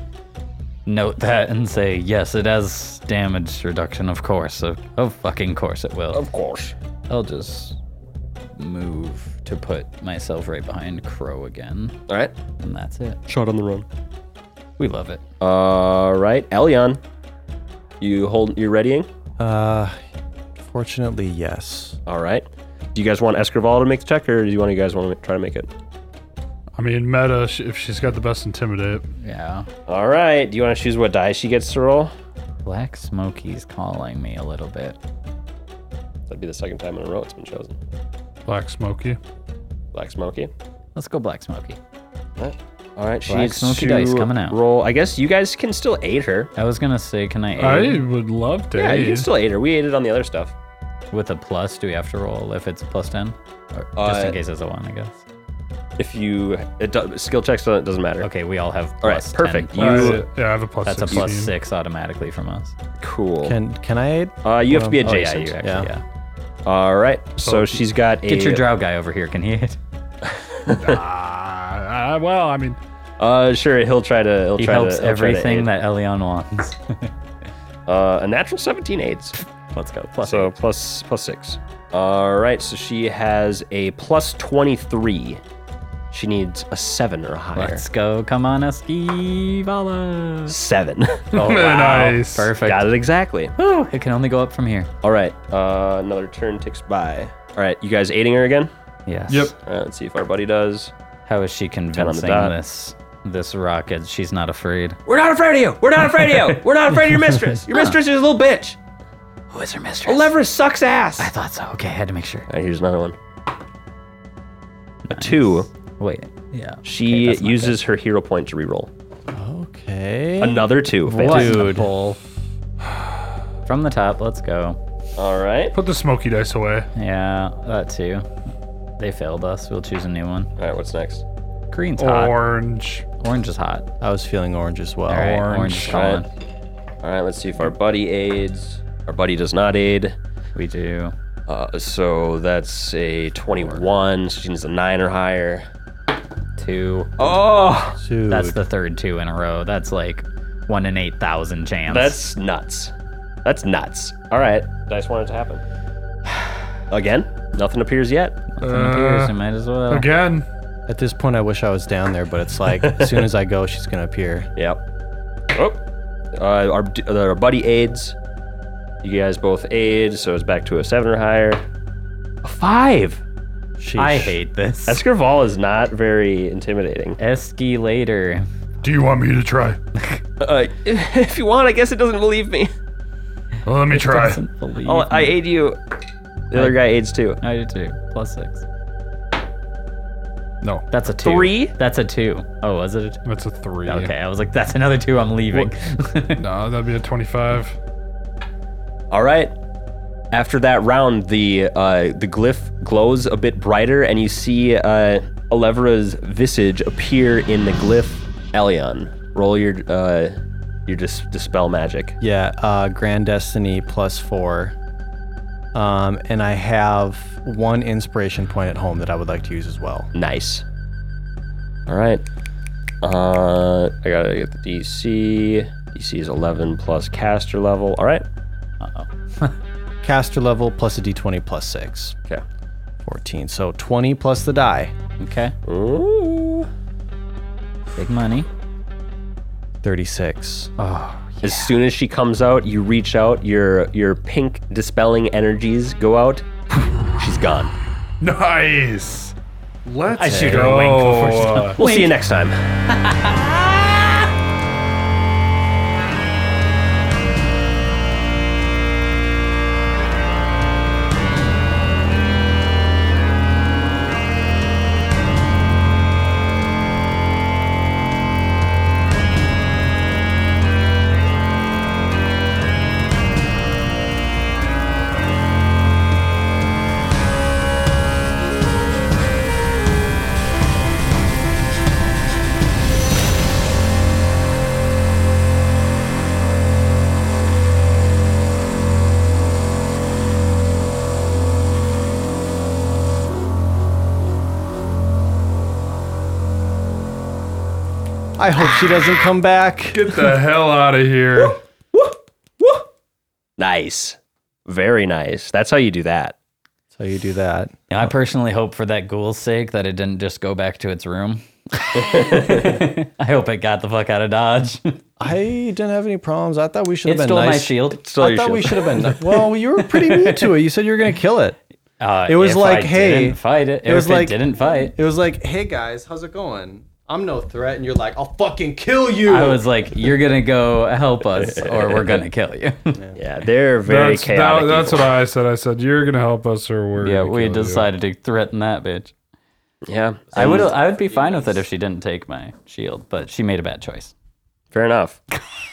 C: note that and say yes, it has damage reduction, of course. Of, of fucking course it will.
A: Of course.
C: I'll just move to put myself right behind Crow again,
A: All right.
C: and that's it.
A: Shot on the run.
C: We love it.
A: All right, Elyon. You hold. You're readying.
D: Uh, fortunately, yes.
A: All right. Do you guys want Escrivala to make the check, or do you want you guys want to try to make it?
B: I mean, meta, sh- if she's got the best intimidate.
C: Yeah.
A: All right. Do you want to choose what die she gets to roll?
C: Black Smokey's calling me a little bit.
A: That'd be the second time in a row it's been chosen.
B: Black Smokey.
A: Black Smoky.
C: Let's go, Black Smokey.
A: All right. She
C: Black
A: needs
C: Smokey
A: to
C: dice coming out.
A: roll. I guess you guys can still aid her.
C: I was gonna say, can I
B: I
C: aid
B: would love to.
A: Yeah, you can
B: aid.
A: still aid her. We aided on the other stuff.
C: with a plus? Do we have to roll if it's plus ten, or just
A: Uh,
C: in case it's a one? I guess.
A: If you it do, skill checks doesn't doesn't matter.
C: Okay, we all have
A: All right,
C: plus 10
A: perfect.
C: plus-
A: You-
B: Uh, yeah, I have a plus
C: that's a
B: 16.
C: plus six automatically from us.
A: Cool.
D: Can can I aid?
A: uh, you have to be
D: Um,
C: Oh yeah,
A: adjacent.
C: you actually. Yeah.
D: Yeah.
A: All right. So she's got a.
C: Get your drow guy over here. Can he hit?
B: Ah, ah, well, I mean,
A: Uh, sure. He'll try to. He'll
C: He
A: try
C: helps
A: to, he'll try to
C: everything
A: aid.
C: that Elion wants.
A: Uh, a natural 17 aids.
C: Let's go. Plus
A: So
C: eight.
A: plus plus six. All right. So she has a plus 23. She needs a seven or higher.
C: Let's go. Come on, Esquivala.
A: Seven.
C: Oh,
B: nice.
C: Perfect.
A: got it exactly.
C: Whew, it can only go up from here.
A: All right. Uh, another turn ticks by. All right. You guys aiding her again?
C: Yes.
B: yep.
A: All right, let's see if our buddy does.
C: How is she convincing
A: dot.
C: this this rocket? She's not afraid.
A: We're not afraid of you. We're not afraid of you. We're not afraid of your mistress. Your mistress is a little bitch.
C: Who is her mistress?
A: Allegra sucks ass.
C: I thought so. Okay, I had to make sure.
A: All right, here's another one. A two.
C: Wait. Yeah. Okay,
A: She
C: that's not
A: uses her hero point to reroll.
D: Okay.
A: Another two.
C: good. What
A: Fantastic.
C: a pull. From the top. Let's go.
A: All right.
B: Put the Smokey dice away.
C: Yeah, that too. They failed us. We'll choose a new one.
A: All right. What's next?
C: Green's hot.
B: Orange.
C: Orange is hot.
D: I was feeling orange as well.
C: All right, orange. is calling.
A: All right. Let's see if our buddy aids. Our buddy does not aid.
C: We do.
A: Uh, so that's a 21. So she needs a nine or higher.
C: Two.
A: Oh,
D: Dude.
C: That's the third two in a row. That's like one in 8,000 chance.
A: that's nuts. That's nuts. All right. Dice wanted to happen. Again, nothing appears yet.
C: Nothing appears.
B: Uh,
C: You might as well.
B: Again.
D: At this point, I wish I was down there, but it's like as soon as I go, she's gonna appear.
A: Yep. Oh. Uh, our, our buddy uh, aids. You guys both aid, so it's back to a seven or higher. A five.
C: I
D: Sheesh.
C: hate this.
A: Escarval is not very intimidating.
C: Esky later.
B: Do you want me to try?
A: Uh, if you want, I guess it doesn't believe me.
B: Well, let me try.
C: Doesn't believe
A: Oh, I
C: me.
A: aid you. The other guy aids too.
C: I do too. Plus six.
B: No,
C: That's a two.
A: Three?
C: That's a two. Oh, was it a two?
B: that's a three.
C: Okay, I was like, that's another two. I'm leaving.
B: No, that'd be a 25.
A: All right. After that round, the uh, the glyph glows a bit brighter, and you see uh, Alevra's visage appear in the glyph Elion. Roll your uh, your dis- dispel magic.
D: Yeah, uh, Grand Destiny plus four. Um, and I have one inspiration point at home that I would like to use as well.
A: Nice. All right. Uh, I gotta get the DC. DC is 11 plus caster level. All right.
D: Caster level plus a d20 plus six.
A: Okay.
D: 14. So 20 plus the die.
C: okay,
A: Ooh.
C: big money.
D: 36.
A: As soon as she comes out, you reach out. Your your pink dispelling energies go out. She's gone.
B: Nice. Let's I
C: should
B: go.
C: have winked before she-
A: We'll see you next time.
D: I hope she doesn't come back.
B: Get the hell out of here.
A: Nice. Very nice. That's how you do that.
D: So you do that.
C: I personally hope for that ghoul's sake that it didn't just go back to its room. I hope it got the fuck out of Dodge.
D: I didn't have any problems. I thought we should
C: it
D: have been
C: stole my
D: nice.
C: shield.
A: Still
D: I
A: your
D: thought we
A: shield.
D: should have been. ni- Well, you were pretty mean to it. You said you were gonna kill it.
C: Uh,
D: It was
C: if
D: like,
C: I
D: hey,
C: didn't fight it.
D: it was
C: if
D: like-
C: it didn't fight.
D: It was like, hey guys, how's it going? I'm no threat, and you're like, I'll fucking kill you.
C: I was like, you're gonna go help us, or we're gonna kill you.
A: Yeah, they're very
B: that-
A: chaotic.
B: that's
A: people.
B: what I said. I said, you're going to help us or we're
C: yeah,
B: gonna
C: we
B: kill you."
C: decided to threaten that bitch.
A: yeah.
C: I would I would be fine with it if she didn't take my shield, but she made a bad choice.
A: Fair enough.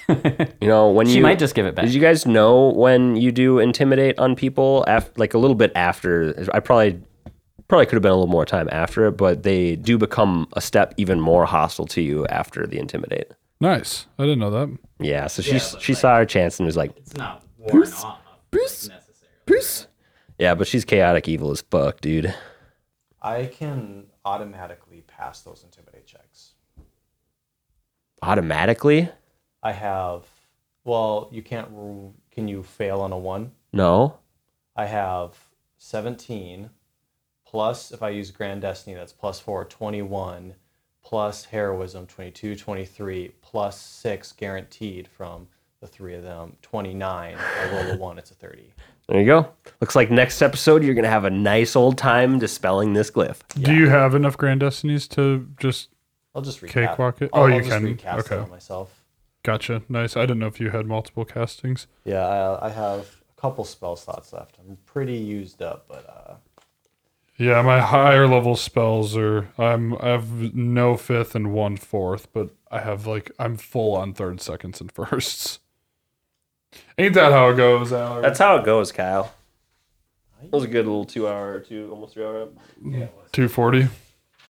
A: you know when
C: She
A: you
C: might just give it back.
A: Did you guys know when you do intimidate on people? After, like a little bit after, I probably probably could have been a little more time after it, but they do become a step even more hostile to you after the intimidate.
B: Nice. I didn't know that.
A: Yeah, so she she saw her chance and was like,
C: It's not worn off.
A: "Yeah, but she's chaotic evil as fuck, dude."
D: I can automatically pass those intimidate checks.
A: Automatically?
D: I have. Well, you can't. ru- Can you fail on a one?
A: No.
D: I have 17 plus if I use Grand Destiny, that's plus four, 21 plus heroism, 22, 23 plus six guaranteed from the three of them, 29. I roll a one, it's a 30.
A: There you go. Looks like next episode you're gonna have a nice old time dispelling this glyph.
B: Do you have enough Grand Destinies to just.
D: I'll just recap.
B: Cakewalk it?
D: I'll,
B: Oh,
D: I'll
B: you
D: just
B: can.
D: recast
B: Okay.
D: it on myself.
B: Gotcha. Nice. I didn't know if you had multiple castings.
D: Yeah, I, I have a couple spell slots left. I'm pretty used up, but uh,
B: Yeah, my higher level spells are I'm I have no fifth and one fourth, but I have like I'm full on third, seconds, and firsts. Ain't that how it goes, Alex?
A: That's how it goes, Kyle. That was a good little two hour, two almost three hour.
B: two forty.